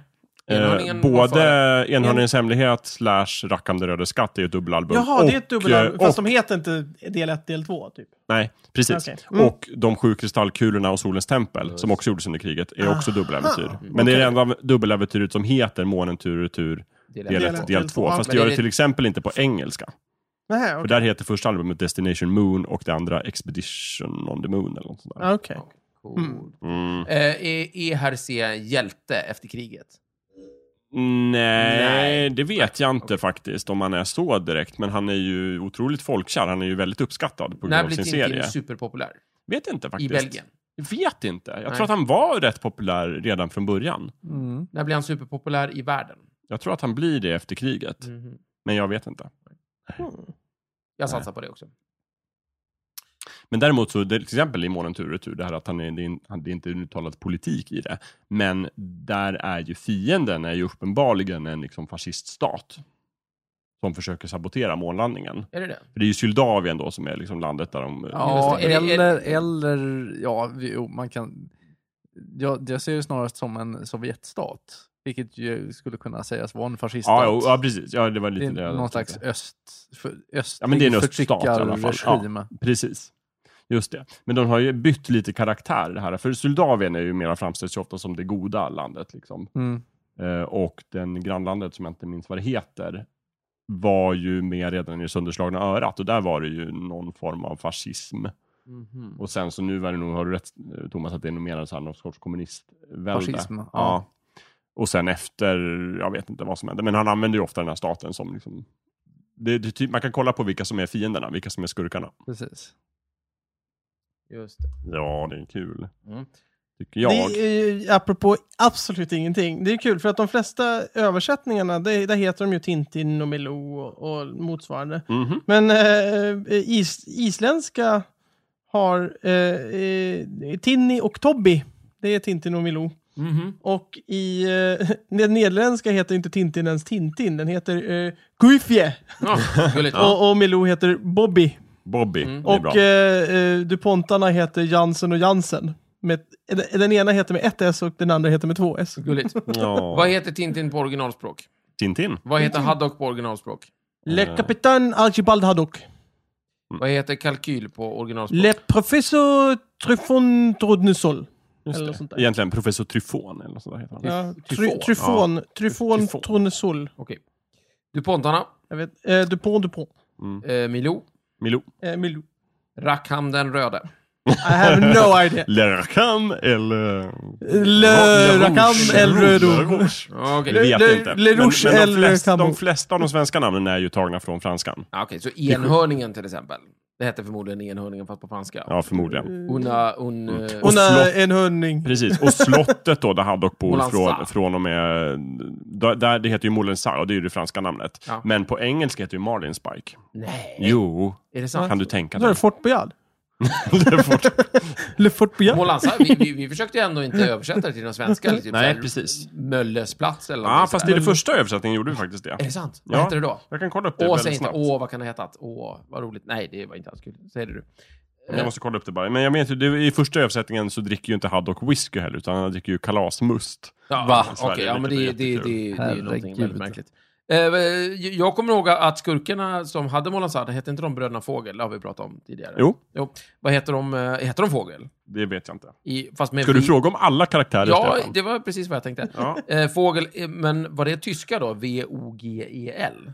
[SPEAKER 3] Enhörningen
[SPEAKER 4] Eh,
[SPEAKER 3] var
[SPEAKER 4] både
[SPEAKER 3] före.
[SPEAKER 4] Enhörningens hemlighet slash Rackham den röde skatt är ju ett dubbelalbum.
[SPEAKER 2] Jaha, det är ett
[SPEAKER 4] Och, eh,
[SPEAKER 2] dubbelalbum.
[SPEAKER 4] och
[SPEAKER 2] Fast de heter inte del 1, del 2, typ.
[SPEAKER 4] Nej, precis.
[SPEAKER 2] Okej. Mm.
[SPEAKER 4] Och De sju kristallkulorna och Solens tempel, som också gjordes under kriget, är också dubbeläventyr.
[SPEAKER 3] Mm.
[SPEAKER 4] Men det är det enda dubbeläventyret som heter Månen tur och retur,
[SPEAKER 3] Del ett.
[SPEAKER 4] del
[SPEAKER 2] Del ett,
[SPEAKER 4] 1
[SPEAKER 2] del
[SPEAKER 4] del
[SPEAKER 2] två.
[SPEAKER 4] 2. Fast
[SPEAKER 3] Men
[SPEAKER 4] det gör
[SPEAKER 3] är
[SPEAKER 4] det
[SPEAKER 3] det-
[SPEAKER 4] till exempel inte på engelska.
[SPEAKER 2] Nej, okej.
[SPEAKER 4] För där heter första albumet Destination Moon och det andra Expedition on the Moon eller något sånt där.
[SPEAKER 2] Ah, okej.
[SPEAKER 3] Cool.
[SPEAKER 4] Mm.
[SPEAKER 3] Eh, är är ERC hjälte efter kriget?
[SPEAKER 4] Nej,
[SPEAKER 3] Nej.
[SPEAKER 4] det vet jag inte faktiskt om han är så direkt. Men han är ju otroligt folkkär. Han är ju väldigt uppskattad på grund
[SPEAKER 3] När
[SPEAKER 4] av
[SPEAKER 3] blir
[SPEAKER 4] sin
[SPEAKER 3] Tintin
[SPEAKER 4] serie.
[SPEAKER 3] superpopulär?
[SPEAKER 4] Vet inte faktiskt.
[SPEAKER 3] I Belgien?
[SPEAKER 4] Vet inte. Jag
[SPEAKER 3] Nej.
[SPEAKER 4] tror att han var rätt populär redan från början.
[SPEAKER 5] Mm.
[SPEAKER 3] När blir han superpopulär i världen?
[SPEAKER 4] Jag tror att han blir det efter kriget,
[SPEAKER 3] Mhm.
[SPEAKER 4] men jag vet inte.
[SPEAKER 3] Jag satsar på det också.
[SPEAKER 4] Men däremot så, det, till exempel i Månen tur och retur, det här att han är, det, är, in- han- det är inte uttalad politik i det, men där är ju fienden är ju uppenbarligen en liksom fasciststat som försöker sabotera månlandningen.
[SPEAKER 3] Är det det?
[SPEAKER 4] För det är ju Syldavien då som är liksom landet där de...
[SPEAKER 5] Ja,
[SPEAKER 3] Just det. Är det- är
[SPEAKER 5] eller,
[SPEAKER 3] det-
[SPEAKER 5] eller, ja, vi- jo, man kan... Jag, jag ser det snarast som en sovjetstat, vilket ju skulle kunna sägas vara en fasciststat.
[SPEAKER 4] Ja, jo, ja, precis. Ja, det var
[SPEAKER 5] det
[SPEAKER 4] lite
[SPEAKER 5] är
[SPEAKER 4] det. jag
[SPEAKER 5] någon
[SPEAKER 4] tänkte.
[SPEAKER 5] slags öst, för, öst
[SPEAKER 4] Ja, men det är en öststat i alla fall.
[SPEAKER 5] förtryckarregim.
[SPEAKER 4] Precis. Just det. Men de har ju bytt lite karaktär det här. För Syldavien är ju mera framställs ju ofta som det goda landet. Liksom.
[SPEAKER 5] Mm.
[SPEAKER 4] Eh, och den grannlandet som jag inte minns vad det heter var ju med redan i sönderslagna örat och där var det ju någon form av fascism.
[SPEAKER 3] Mhm.
[SPEAKER 4] Och sen så nu är det nog, har du rätt eh, Thomas, att det är nog mer så här någon sorts kommunistvälde.
[SPEAKER 5] Fascism, ja.
[SPEAKER 4] Och sen efter, jag vet inte vad som hände, men han använder ju ofta den här staten som liksom det, det, är typ, man kan kolla på vilka som är fienderna, vilka som är skurkarna.
[SPEAKER 5] Precis.
[SPEAKER 3] Just det.
[SPEAKER 4] Ja, det är kul.
[SPEAKER 3] Mm.
[SPEAKER 4] Tycker jag.
[SPEAKER 2] Det är, ju- apropå absolut ingenting. Det är kul för att de flesta översättningarna, det, där heter de ju Tintin och Milou och, och motsvarande.
[SPEAKER 4] Mhm.
[SPEAKER 2] Men eh, is, isländska har eh, eh, Tinni och Tobbi. Det är Tintin och Milou.
[SPEAKER 3] Mhm.
[SPEAKER 2] Och i eh, den nederländska heter inte Tintin ens Tintin. Den heter eh, Guifje.
[SPEAKER 3] Ja, gulligt.
[SPEAKER 2] Och, och Milou heter Bobby.
[SPEAKER 4] Bobby, det är bra.
[SPEAKER 2] Och eh, eh, DuPontarna heter Jansen och Jansen. Med, den- den ena heter med ett S och den andra heter med två S.
[SPEAKER 4] Eh.
[SPEAKER 3] Gulligt.
[SPEAKER 4] ja.
[SPEAKER 3] Vad heter Tintin på originalspråk?
[SPEAKER 4] Tintin.
[SPEAKER 3] Vad heter Haddock på originalspråk?
[SPEAKER 2] Le
[SPEAKER 4] Eh.
[SPEAKER 2] Capitaine Archibald Haddock.
[SPEAKER 4] Mm.
[SPEAKER 3] Vad heter Kalkyl på originalspråk?
[SPEAKER 2] Le Professor Tryfon Trodnesol.
[SPEAKER 4] Just
[SPEAKER 2] Eller
[SPEAKER 4] det.
[SPEAKER 2] något sånt där.
[SPEAKER 4] Egentligen professor Tryfon eller något sånt där heter han.
[SPEAKER 2] Ja,
[SPEAKER 3] Tryfon.
[SPEAKER 2] try, tryfon. Tryfon
[SPEAKER 4] Tryfon.
[SPEAKER 2] Trodnesol.
[SPEAKER 3] Okej. DuPontarna,
[SPEAKER 2] Jag vet. Eh, Dupont Dupont.
[SPEAKER 3] eh, Milou,
[SPEAKER 4] Milou.
[SPEAKER 2] Eh, Milou.
[SPEAKER 3] Rackham den röde.
[SPEAKER 2] I have no idea.
[SPEAKER 4] Lerakam eller...
[SPEAKER 2] Le
[SPEAKER 4] Rouge.
[SPEAKER 2] Rakam El Redo.
[SPEAKER 4] Rouge.
[SPEAKER 3] Okej,
[SPEAKER 4] Jag
[SPEAKER 2] Le-
[SPEAKER 4] vet
[SPEAKER 2] Le-
[SPEAKER 4] inte.
[SPEAKER 2] Le Rouge
[SPEAKER 4] men, men
[SPEAKER 2] eller
[SPEAKER 4] de, flesta,
[SPEAKER 2] Camo.
[SPEAKER 4] de flesta av de svenska namnen är ju tagna från franskan.
[SPEAKER 3] Ja, okej, så enhörningen till exempel. Det hette förmodligen enhörningen fast på franska.
[SPEAKER 4] Ja, förmodligen.
[SPEAKER 3] Una, un, eh,
[SPEAKER 2] Hon
[SPEAKER 4] slott.
[SPEAKER 2] är en hörning.
[SPEAKER 4] Precis, och slottet då där Haddock bor
[SPEAKER 3] Moulin
[SPEAKER 4] från,
[SPEAKER 3] Saint.
[SPEAKER 4] från och med... Där, där, det heter ju Moulin Saint, och det är ju det franska namnet.
[SPEAKER 3] Ja.
[SPEAKER 4] Men på engelska heter ju Marlin Spike.
[SPEAKER 3] Nej,
[SPEAKER 4] Jo,
[SPEAKER 3] är det sant?
[SPEAKER 4] kan du tänka
[SPEAKER 2] Då är
[SPEAKER 4] dig?
[SPEAKER 2] det Fort Boyard.
[SPEAKER 4] Det är fort-
[SPEAKER 2] Le Fort Boyard.
[SPEAKER 3] Molansa, vi, vi, vi försökte ju ändå inte översätta det till någon svenska. Eller typ
[SPEAKER 4] Mm. Nej,
[SPEAKER 3] så här,
[SPEAKER 4] precis.
[SPEAKER 3] Möllesplats eller
[SPEAKER 4] ja,
[SPEAKER 3] något
[SPEAKER 4] fast i den första översättningen gjorde vi faktiskt det.
[SPEAKER 3] Är
[SPEAKER 2] Eh,
[SPEAKER 3] det sant?
[SPEAKER 4] Ja.
[SPEAKER 3] Vad hette det då?
[SPEAKER 4] Jag kan kolla upp det
[SPEAKER 3] Åh, säg
[SPEAKER 4] väldigt
[SPEAKER 3] inte
[SPEAKER 4] snabbt.
[SPEAKER 3] åh, vad kan det ha hetat? Åh, vad roligt. Nej, det var inte alls kul. Säg det du.
[SPEAKER 4] Jag måste kolla upp det bara. Men jag vet ju, det- i första översättningen så dricker ju inte Haddock whisky heller, utan han dricker ju kalasmust.
[SPEAKER 3] Ja,
[SPEAKER 4] Va?
[SPEAKER 3] Okej, ja, men det, det, det,
[SPEAKER 4] Vilket är
[SPEAKER 3] det, det är ju någonting
[SPEAKER 5] Herregud.
[SPEAKER 3] väldigt märkligt. Eh, jag kommer ihåg att skurkarna som hade Molansa, hette inte de Bröderna Fågel? Det har vi pratat om tidigare.
[SPEAKER 4] Jo,
[SPEAKER 3] Vad heter de? eh, Heter de Fågel?
[SPEAKER 4] det vet jag inte.
[SPEAKER 3] I, fast med
[SPEAKER 4] Ska du
[SPEAKER 3] vi-
[SPEAKER 4] fråga om alla karaktärer,
[SPEAKER 3] Ja,
[SPEAKER 4] Stefan?
[SPEAKER 3] det var precis vad jag tänkte.
[SPEAKER 4] Ja.
[SPEAKER 3] Eh, fågel, eh, men var det tyska då? V-O-G-E-L?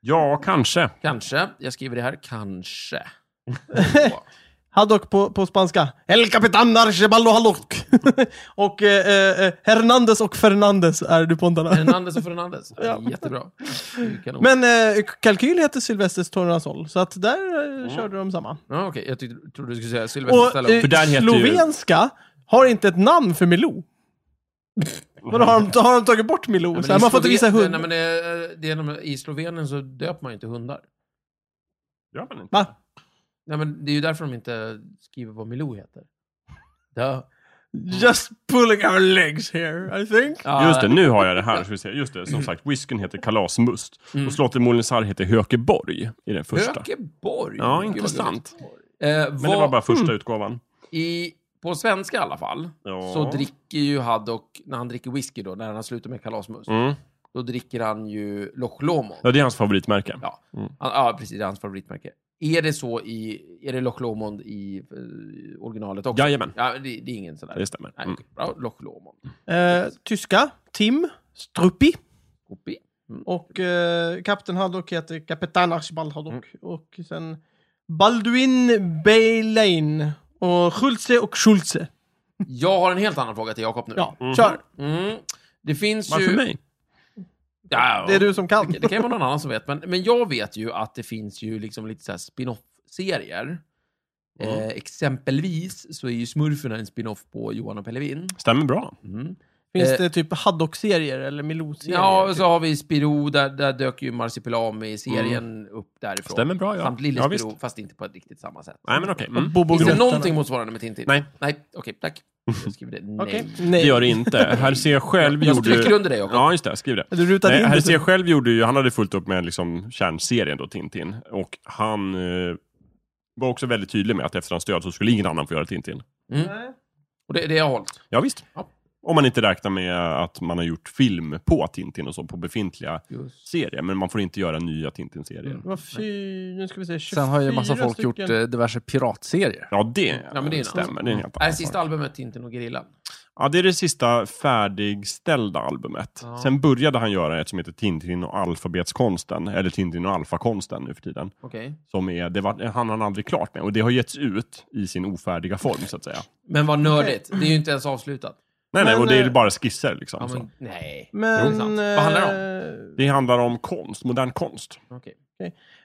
[SPEAKER 4] ja, kanske.
[SPEAKER 3] E Kanske. Jag skriver det här. Kanske.
[SPEAKER 2] Haddock på, på spanska. El Capitan Archibald och Haddock. och eh, eh, eh, Hernandez och Fernandez är du pontarna.
[SPEAKER 3] Fernandes och Fernandes. Jättebra. Det är ju kanon.
[SPEAKER 2] Men eh, Kalkyl heter Silvestres Tornasol, så att där eh, körde de samma.
[SPEAKER 3] Ja, okej. Jag tyckte, trodde du skulle säga Sylvester
[SPEAKER 2] Och
[SPEAKER 3] Stallone.
[SPEAKER 2] eh,
[SPEAKER 4] För där heter ju-
[SPEAKER 2] slovenska har inte ett namn för Milou. Men har de, har de tagit bort Milou?
[SPEAKER 3] Nej,
[SPEAKER 2] så här,
[SPEAKER 3] i
[SPEAKER 2] man får inte
[SPEAKER 3] Sloven-
[SPEAKER 2] visa hund.
[SPEAKER 3] Nej, men eh, det är, när man- I Slovenien så döper man ju inte hundar.
[SPEAKER 4] Gör man inte?
[SPEAKER 2] Va?
[SPEAKER 3] Nej, men det är ju därför de inte skriver vad Milou heter. Dö.
[SPEAKER 2] Just pulling our legs here, I think.
[SPEAKER 3] Ja,
[SPEAKER 4] Just det, nu har jag det här. Ska vi se. Just det, som sagt, whiskyn heter Kalasmust. Och slottet Molinsar heter Hökeborg i den första.
[SPEAKER 3] Mm. Hökeborg.
[SPEAKER 4] Ja,
[SPEAKER 3] Gud, vad
[SPEAKER 4] intressant.
[SPEAKER 3] gulligt. Eh, vad,
[SPEAKER 4] Men det var bara första utgåvan.
[SPEAKER 3] i, på svenska i alla fall,
[SPEAKER 4] Ja.
[SPEAKER 3] så dricker ju Haddock, när han dricker whisky då, när han har slutat med kalasmust,
[SPEAKER 4] Mm.
[SPEAKER 3] då dricker han ju Loch Lomond.
[SPEAKER 4] Ja, det är hans favoritmärke.
[SPEAKER 3] Ja.
[SPEAKER 4] Mm.
[SPEAKER 3] Han, ja, precis, det är hans favoritmärke. Är det så i, är det Loch Lomond i eh, originalet också?
[SPEAKER 4] Jajamän.
[SPEAKER 3] Ja, det, det är ingen sån där.
[SPEAKER 4] Det stämmer.
[SPEAKER 3] Nej,
[SPEAKER 4] Mm.
[SPEAKER 3] okej. Bra, Loch Lomond.
[SPEAKER 2] Eh, tyska, Tim, Struppi.
[SPEAKER 3] Hopi.
[SPEAKER 2] Och eh, Kapten Haddock heter Kapitan Archibald Haddock.
[SPEAKER 3] Mm.
[SPEAKER 2] Och sen Baldwin Beilein. Och Schulze och Schulze.
[SPEAKER 3] Jag har en helt annan fråga till Jakob nu.
[SPEAKER 2] Ja, kör.
[SPEAKER 3] Mm. Det finns
[SPEAKER 4] Varför
[SPEAKER 3] ju...
[SPEAKER 4] mig?
[SPEAKER 3] Ja,
[SPEAKER 2] Det är du som kan.
[SPEAKER 3] Okej, Det kan ju vara någon annan som vet, men, men jag vet ju att det finns ju liksom lite så här spin-off-serier.
[SPEAKER 4] Mm.
[SPEAKER 3] Eh, exempelvis så är ju Smurferna en spin-off på Johan och Pellevin.
[SPEAKER 4] Stämmer bra.
[SPEAKER 2] Finns
[SPEAKER 3] Eh,
[SPEAKER 2] det typ Haddock-serier eller Milou-serier?
[SPEAKER 3] Ja,
[SPEAKER 4] typ.
[SPEAKER 3] och så har vi Spiro, där, där dök ju Marsipelami-serien upp därifrån.
[SPEAKER 4] Mm. Stämmer bra, ja.
[SPEAKER 3] Samt Lille
[SPEAKER 4] Ja,
[SPEAKER 3] Spiro,
[SPEAKER 4] visst.
[SPEAKER 3] fast inte på riktigt samma sätt.
[SPEAKER 4] Nej, men okej. Mm.
[SPEAKER 2] Bobo
[SPEAKER 3] Finns det
[SPEAKER 2] Grottorna.
[SPEAKER 3] någonting motsvarande med Tintin?
[SPEAKER 4] Nej.
[SPEAKER 3] Nej, okej, tack. Jag skriver det. Nej.
[SPEAKER 2] Okej.
[SPEAKER 4] Det
[SPEAKER 2] Nej.
[SPEAKER 4] gör det inte. Herr C själv
[SPEAKER 3] Jag
[SPEAKER 4] gjorde...
[SPEAKER 3] stryker under det, Jakob.
[SPEAKER 4] Ja, just det. Skriv det.
[SPEAKER 2] Du rutade
[SPEAKER 4] Nej,
[SPEAKER 2] in
[SPEAKER 4] herr
[SPEAKER 2] det. typ.
[SPEAKER 4] C själv gjorde ju... Han hade fullt upp med liksom kärnserien då, Tintin. Och han eh, var också väldigt tydlig med att efter hans död så skulle ingen annan få göra Tintin.
[SPEAKER 2] Nej.
[SPEAKER 3] Och det, det har jag hållit.
[SPEAKER 4] Ja, visst.
[SPEAKER 3] Ja.
[SPEAKER 4] Om man inte räknar med att man har gjort film på Tintin och så, på befintliga
[SPEAKER 3] Just. Mm.
[SPEAKER 4] serier. Men man får inte göra nya Tintin-serier.
[SPEAKER 2] Det var fy... Nu ska vi se, 24
[SPEAKER 5] Sen har ju massa folk
[SPEAKER 2] stycken.
[SPEAKER 5] gjort eh, diverse piratserier.
[SPEAKER 4] Ja, det,
[SPEAKER 3] Ja, men det är en
[SPEAKER 4] stämmer.
[SPEAKER 3] annan.
[SPEAKER 4] Det är en helt
[SPEAKER 3] Är
[SPEAKER 4] annan
[SPEAKER 3] det
[SPEAKER 4] sak.
[SPEAKER 3] sista albumet Tintin och Gerillan?
[SPEAKER 4] Ja, det är det sista färdigställda albumet.
[SPEAKER 3] Ja.
[SPEAKER 4] Sen började han göra ett som heter Tintin och alfabetskonsten, eller Tintin och alfakonsten nu för tiden.
[SPEAKER 3] Okej.
[SPEAKER 4] Som är, det var, han han aldrig klart med och det har getts ut i sin ofärdiga form så att säga.
[SPEAKER 3] Men vad nördigt. Det är ju inte ens avslutat. Alltså.
[SPEAKER 4] Nej, nej,
[SPEAKER 2] Men,
[SPEAKER 4] och det är
[SPEAKER 2] eh,
[SPEAKER 4] bara skisser liksom.
[SPEAKER 3] Ja,
[SPEAKER 4] så.
[SPEAKER 3] men, nej.
[SPEAKER 2] Men... eh,
[SPEAKER 3] Jo, sant. Vad handlar
[SPEAKER 2] det om?
[SPEAKER 4] Det handlar om konst, modern konst.
[SPEAKER 3] Okej.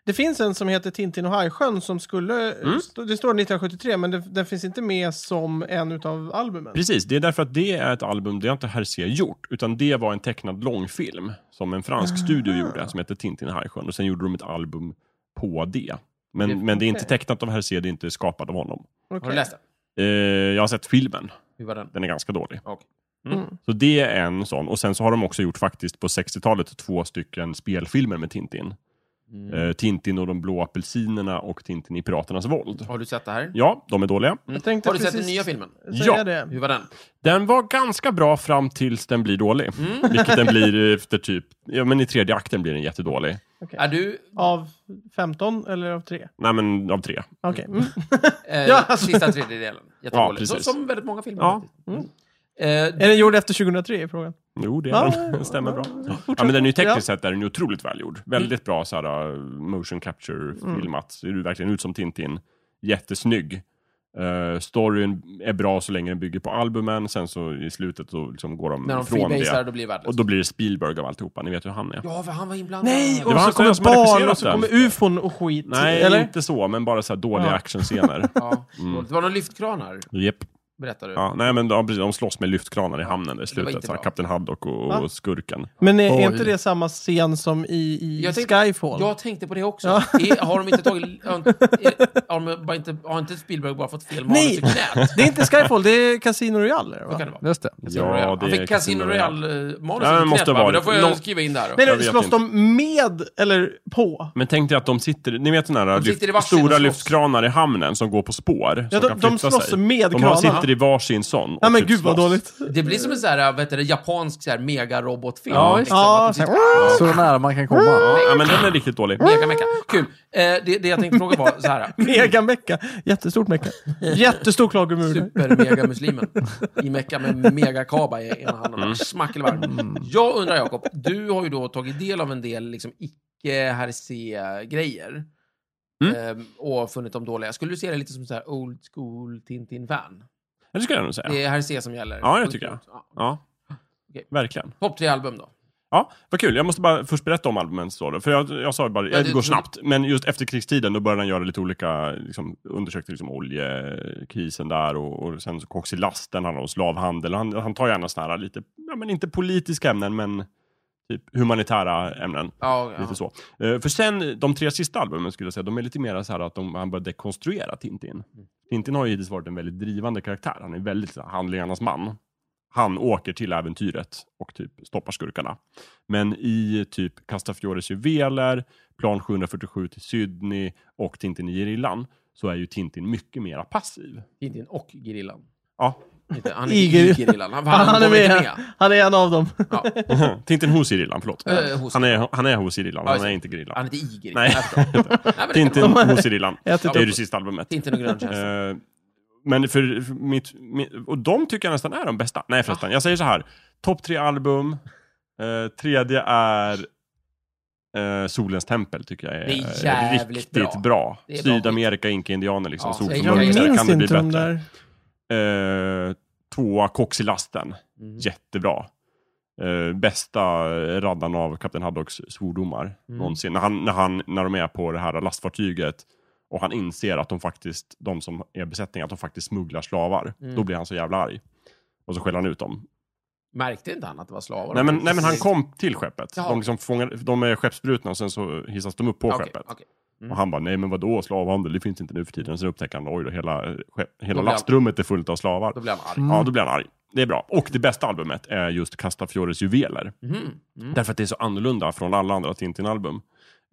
[SPEAKER 2] Det finns en som heter Tintin och Hajsjön som skulle... eh,
[SPEAKER 3] Mm.
[SPEAKER 2] st- Det står 1973, men det, den finns inte med som en utav albumen.
[SPEAKER 4] Precis, det är därför att det är ett album, det har inte Hergé gjort, utan det var en tecknad långfilm som en fransk studio gjorde som heter Tintin i Hajsjön och sen gjorde de ett album på det. Men det,
[SPEAKER 3] Det-
[SPEAKER 4] men det är inte
[SPEAKER 2] okej.
[SPEAKER 4] tecknat av Hergé, det är inte skapat av honom.
[SPEAKER 3] Har du
[SPEAKER 2] Okej.
[SPEAKER 3] läst den?
[SPEAKER 4] Eh, jag har sett filmen,
[SPEAKER 3] Hur var den?
[SPEAKER 4] den är ganska dålig.
[SPEAKER 3] Okej.
[SPEAKER 2] Mm.
[SPEAKER 4] Så det är en sån. Och sen så har de också gjort faktiskt på 60-talet två stycken spelfilmer med Tintin. Eh, Tintin och de blå apelsinerna och Tintin i Piraternas våld.
[SPEAKER 3] Har du sett det här?
[SPEAKER 4] Ja, de är dåliga.
[SPEAKER 2] Jag tänkte
[SPEAKER 3] Har du sett
[SPEAKER 2] precis
[SPEAKER 3] den nya filmen?
[SPEAKER 2] säga
[SPEAKER 4] Ja.
[SPEAKER 2] det.
[SPEAKER 3] Hur var den?
[SPEAKER 4] Den var ganska bra fram tills den blir dålig. Vilket den blir efter typ, ja men i tredje akten blir den jättedålig.
[SPEAKER 3] Är du...
[SPEAKER 2] Av 15 eller av 3?
[SPEAKER 4] Nej men av tre.
[SPEAKER 2] Okej. Mm.
[SPEAKER 3] Eh,
[SPEAKER 2] Ja, alltså.
[SPEAKER 3] Sista tredjedelen.
[SPEAKER 4] Ja,
[SPEAKER 3] Jättedålig.
[SPEAKER 4] precis.
[SPEAKER 3] Så, som väldigt många filmer.
[SPEAKER 4] Ja. Mm.
[SPEAKER 3] faktiskt. Eh,
[SPEAKER 2] Är den gjord efter 2003 i frågan?
[SPEAKER 4] Jo, det
[SPEAKER 2] Ja,
[SPEAKER 4] är den. den. Stämmer bra. Ja, men den är ju
[SPEAKER 2] Ja. Mm.
[SPEAKER 4] tekniskt sett är den ju otroligt välgjord. Väldigt bra så här, uh, motion capture-filmat. Ser du verkligen ut som Tintin. Jättesnygg. Eh, storyn är bra så länge den bygger på albumen, sen så i slutet så liksom går de,
[SPEAKER 3] När de
[SPEAKER 4] ifrån
[SPEAKER 3] freebasar,
[SPEAKER 4] det.
[SPEAKER 3] då blir det värdelöst.
[SPEAKER 4] Och då blir det Spielberg av alltihopa, ni vet hur han är.
[SPEAKER 3] Ja, för han var inblandad.
[SPEAKER 2] Nej!
[SPEAKER 4] var
[SPEAKER 2] Och så
[SPEAKER 4] han som-
[SPEAKER 2] kommer
[SPEAKER 4] som hade
[SPEAKER 2] barn
[SPEAKER 4] regisserat
[SPEAKER 2] och så
[SPEAKER 4] den.
[SPEAKER 2] kommer ufon och skit.
[SPEAKER 4] Nej,
[SPEAKER 2] eller?
[SPEAKER 4] inte så, men bara så här dåliga
[SPEAKER 2] Ja.
[SPEAKER 4] actionscener.
[SPEAKER 3] Ja, Det var någon lyftkran här,
[SPEAKER 4] Japp.
[SPEAKER 3] berättar du.
[SPEAKER 4] Mm. Ja, nej, men de, precis, de slåss med lyftkranar i hamnen där i
[SPEAKER 3] var inte
[SPEAKER 4] slutet. Så här,
[SPEAKER 3] bra.
[SPEAKER 4] Kapten Haddock och,
[SPEAKER 2] Va?
[SPEAKER 4] och skurken.
[SPEAKER 2] Men är, är
[SPEAKER 5] Oj.
[SPEAKER 2] inte det samma scen som i, i
[SPEAKER 3] Jag tänkte-
[SPEAKER 2] Skyfall?
[SPEAKER 3] Jag tänkte på det också.
[SPEAKER 2] Ja.
[SPEAKER 3] Är, har de inte tagit... Har, har, de bara inte, har inte Spielberg bara fått fel manus
[SPEAKER 2] Nej.
[SPEAKER 3] i knät?
[SPEAKER 2] Det är inte Skyfall, det är Casino Royale. eller
[SPEAKER 3] Så
[SPEAKER 2] va?
[SPEAKER 3] kan det vara.
[SPEAKER 5] Just det.
[SPEAKER 3] Casino Royale.
[SPEAKER 4] det
[SPEAKER 3] Han
[SPEAKER 4] är
[SPEAKER 3] fick Casino
[SPEAKER 4] Ja, det
[SPEAKER 3] Royale-manuset i
[SPEAKER 4] måste
[SPEAKER 3] knät, va?
[SPEAKER 4] vara
[SPEAKER 3] Men då
[SPEAKER 4] det.
[SPEAKER 3] får jag
[SPEAKER 4] Nå-
[SPEAKER 3] skriva in där. då.
[SPEAKER 2] Nej,
[SPEAKER 4] Jag
[SPEAKER 2] nej,
[SPEAKER 4] vet
[SPEAKER 2] slåss
[SPEAKER 4] inte.
[SPEAKER 2] de med eller på?
[SPEAKER 4] Men tänk dig att de sitter, ni vet den här
[SPEAKER 3] De sitter
[SPEAKER 4] lyft,
[SPEAKER 3] i varsin och
[SPEAKER 4] stora
[SPEAKER 3] slåss.
[SPEAKER 4] lyftkranar i hamnen som går på spår.
[SPEAKER 2] Ja, de,
[SPEAKER 4] som kan
[SPEAKER 2] de
[SPEAKER 4] flytta
[SPEAKER 2] slåss
[SPEAKER 4] sig.
[SPEAKER 2] med
[SPEAKER 4] De har,
[SPEAKER 2] kranarna.
[SPEAKER 4] sitter i varsin sån. och
[SPEAKER 2] Ja, men
[SPEAKER 4] typ
[SPEAKER 2] gud vad
[SPEAKER 4] slåss.
[SPEAKER 2] dåligt.
[SPEAKER 3] Det blir som en så här, vet du, det, japansk så här, megarobotfilm.
[SPEAKER 4] Ja,
[SPEAKER 3] liksom,
[SPEAKER 2] Ja,
[SPEAKER 3] att du
[SPEAKER 2] så
[SPEAKER 3] sitter-
[SPEAKER 2] här,
[SPEAKER 5] Så nära man kan komma.
[SPEAKER 4] Ja, men den är riktigt dålig.
[SPEAKER 3] Mega mecka. Kul. Eh, det, det jag tänkte fråga var så här.
[SPEAKER 2] Megamecka. Jättestort mecka. Jättestor klagomur.
[SPEAKER 3] Super-mega-muslimen. I Mecka med mega-kaba i ena handen.
[SPEAKER 4] Mm.
[SPEAKER 3] Smack eller varm. Jag undrar, Jakob, du har ju då tagit del av en del liksom, icke-herse-grejer.
[SPEAKER 4] Mm.
[SPEAKER 3] Ehm, och funnit dem dåliga. Skulle du se det lite som så här old school Tintin-fan?
[SPEAKER 4] Ja, Det skulle jag nog säga.
[SPEAKER 3] Det är herse som gäller.
[SPEAKER 4] Ja, det tycker jag.
[SPEAKER 3] Ja.
[SPEAKER 4] Ja.
[SPEAKER 3] Okej.
[SPEAKER 4] Verkligen.
[SPEAKER 3] Topp tre album då?
[SPEAKER 4] Ja, vad kul. Jag måste bara först berätta om albumen. Så då, för jag, jag sa ju bara,
[SPEAKER 3] Ja,
[SPEAKER 4] jag
[SPEAKER 3] det-
[SPEAKER 4] går snabbt. Men just efterkrigstiden, då började han göra lite olika, liksom, undersökte liksom oljekrisen där och, och sen så koxilasten, han om slavhandel. Han, han tar gärna såna här lite, ja men inte politiska ämnen, men typ humanitära ämnen.
[SPEAKER 3] Ja, ja.
[SPEAKER 4] Lite så. Eh, för sen, de tre sista albumen skulle jag säga, de är lite mer så här att de, han börjar dekonstruera Tintin. Tintin har ju hittills varit en väldigt drivande karaktär. Han är väldigt så här, handlingarnas man. Han åker till äventyret och typ stoppar skurkarna. Men i typ Castafiores juveler, Plan 747 till Sydney och Tintin i Gerillan så är ju Tintin mycket mer passiv.
[SPEAKER 3] Tintin och Gerillan.
[SPEAKER 4] Ja,
[SPEAKER 3] Inte- Han är
[SPEAKER 2] I
[SPEAKER 3] i
[SPEAKER 2] Geril-
[SPEAKER 3] Gerillan. Han,
[SPEAKER 2] Han, han, är
[SPEAKER 3] kommer inte
[SPEAKER 2] med. han är en av dem.
[SPEAKER 3] Ja.
[SPEAKER 4] Tintin hos Gerillan, förlåt.
[SPEAKER 3] Eh, hos-
[SPEAKER 4] han, är, han är hos Gerillan,
[SPEAKER 3] Ja,
[SPEAKER 4] han
[SPEAKER 3] just
[SPEAKER 4] är
[SPEAKER 3] det.
[SPEAKER 4] inte Gerillan.
[SPEAKER 3] Han är inte i Gerillan.
[SPEAKER 4] Nej.
[SPEAKER 3] Jag förstår. Nej, men det kan
[SPEAKER 4] Tintin
[SPEAKER 3] vara.
[SPEAKER 4] hos Gerillan, det
[SPEAKER 2] Ätit
[SPEAKER 4] är ju
[SPEAKER 2] upp.
[SPEAKER 4] det sista albumet.
[SPEAKER 3] Tintin och gröntjänsten.
[SPEAKER 4] Eh, men för, för mitt, mitt, och de tycker jag nästan är de bästa. Nej förresten, jag säger så här. Topp tre album. Eh, tredje är eh, Solens tempel tycker jag är,
[SPEAKER 3] Det är jävligt
[SPEAKER 4] riktigt
[SPEAKER 3] bra.
[SPEAKER 4] bra.
[SPEAKER 3] Det är bra
[SPEAKER 4] Sydamerika, inka-indianer liksom.
[SPEAKER 3] Ja,
[SPEAKER 2] Jag
[SPEAKER 3] Mörkare
[SPEAKER 4] Solförmörkelse,
[SPEAKER 2] minns
[SPEAKER 4] kan det bli
[SPEAKER 2] inte de
[SPEAKER 4] bättre?
[SPEAKER 2] där.
[SPEAKER 4] Eh, tvåa, Koxilasten.
[SPEAKER 3] Mm.
[SPEAKER 4] Jättebra. Eh, bästa raddan av Kapten Haddocks svordomar
[SPEAKER 3] Mm.
[SPEAKER 4] någonsin. När, han, när, han, när de är på det här lastfartyget och han inser att de faktiskt, de som är besättningen, att de faktiskt smugglar slavar.
[SPEAKER 3] Mm.
[SPEAKER 4] Då blir han så jävla arg. Och så skäller han ut dem.
[SPEAKER 3] Märkte inte han att det var slavar?
[SPEAKER 4] Nej men, nej, men han
[SPEAKER 3] Precis.
[SPEAKER 4] kom till skeppet.
[SPEAKER 3] Jaha.
[SPEAKER 4] De, liksom fångar, de är skeppsbrutna och sen så hissas de upp på
[SPEAKER 3] Okej,
[SPEAKER 4] skeppet.
[SPEAKER 3] okej. Mm.
[SPEAKER 4] Och han bara, nej men vadå slavhandel, det finns inte nu för tiden. Sen upptäcker han, oj då, hela, skepp, hela
[SPEAKER 3] blir han-
[SPEAKER 4] lastrummet är fullt av slavar.
[SPEAKER 3] Då blir han arg.
[SPEAKER 4] Ja, då blir han arg. Det är bra. Och det bästa albumet är just Castafiores juveler.
[SPEAKER 3] Mhm. Mm.
[SPEAKER 4] Därför att det är så annorlunda från alla andra Tintin-album.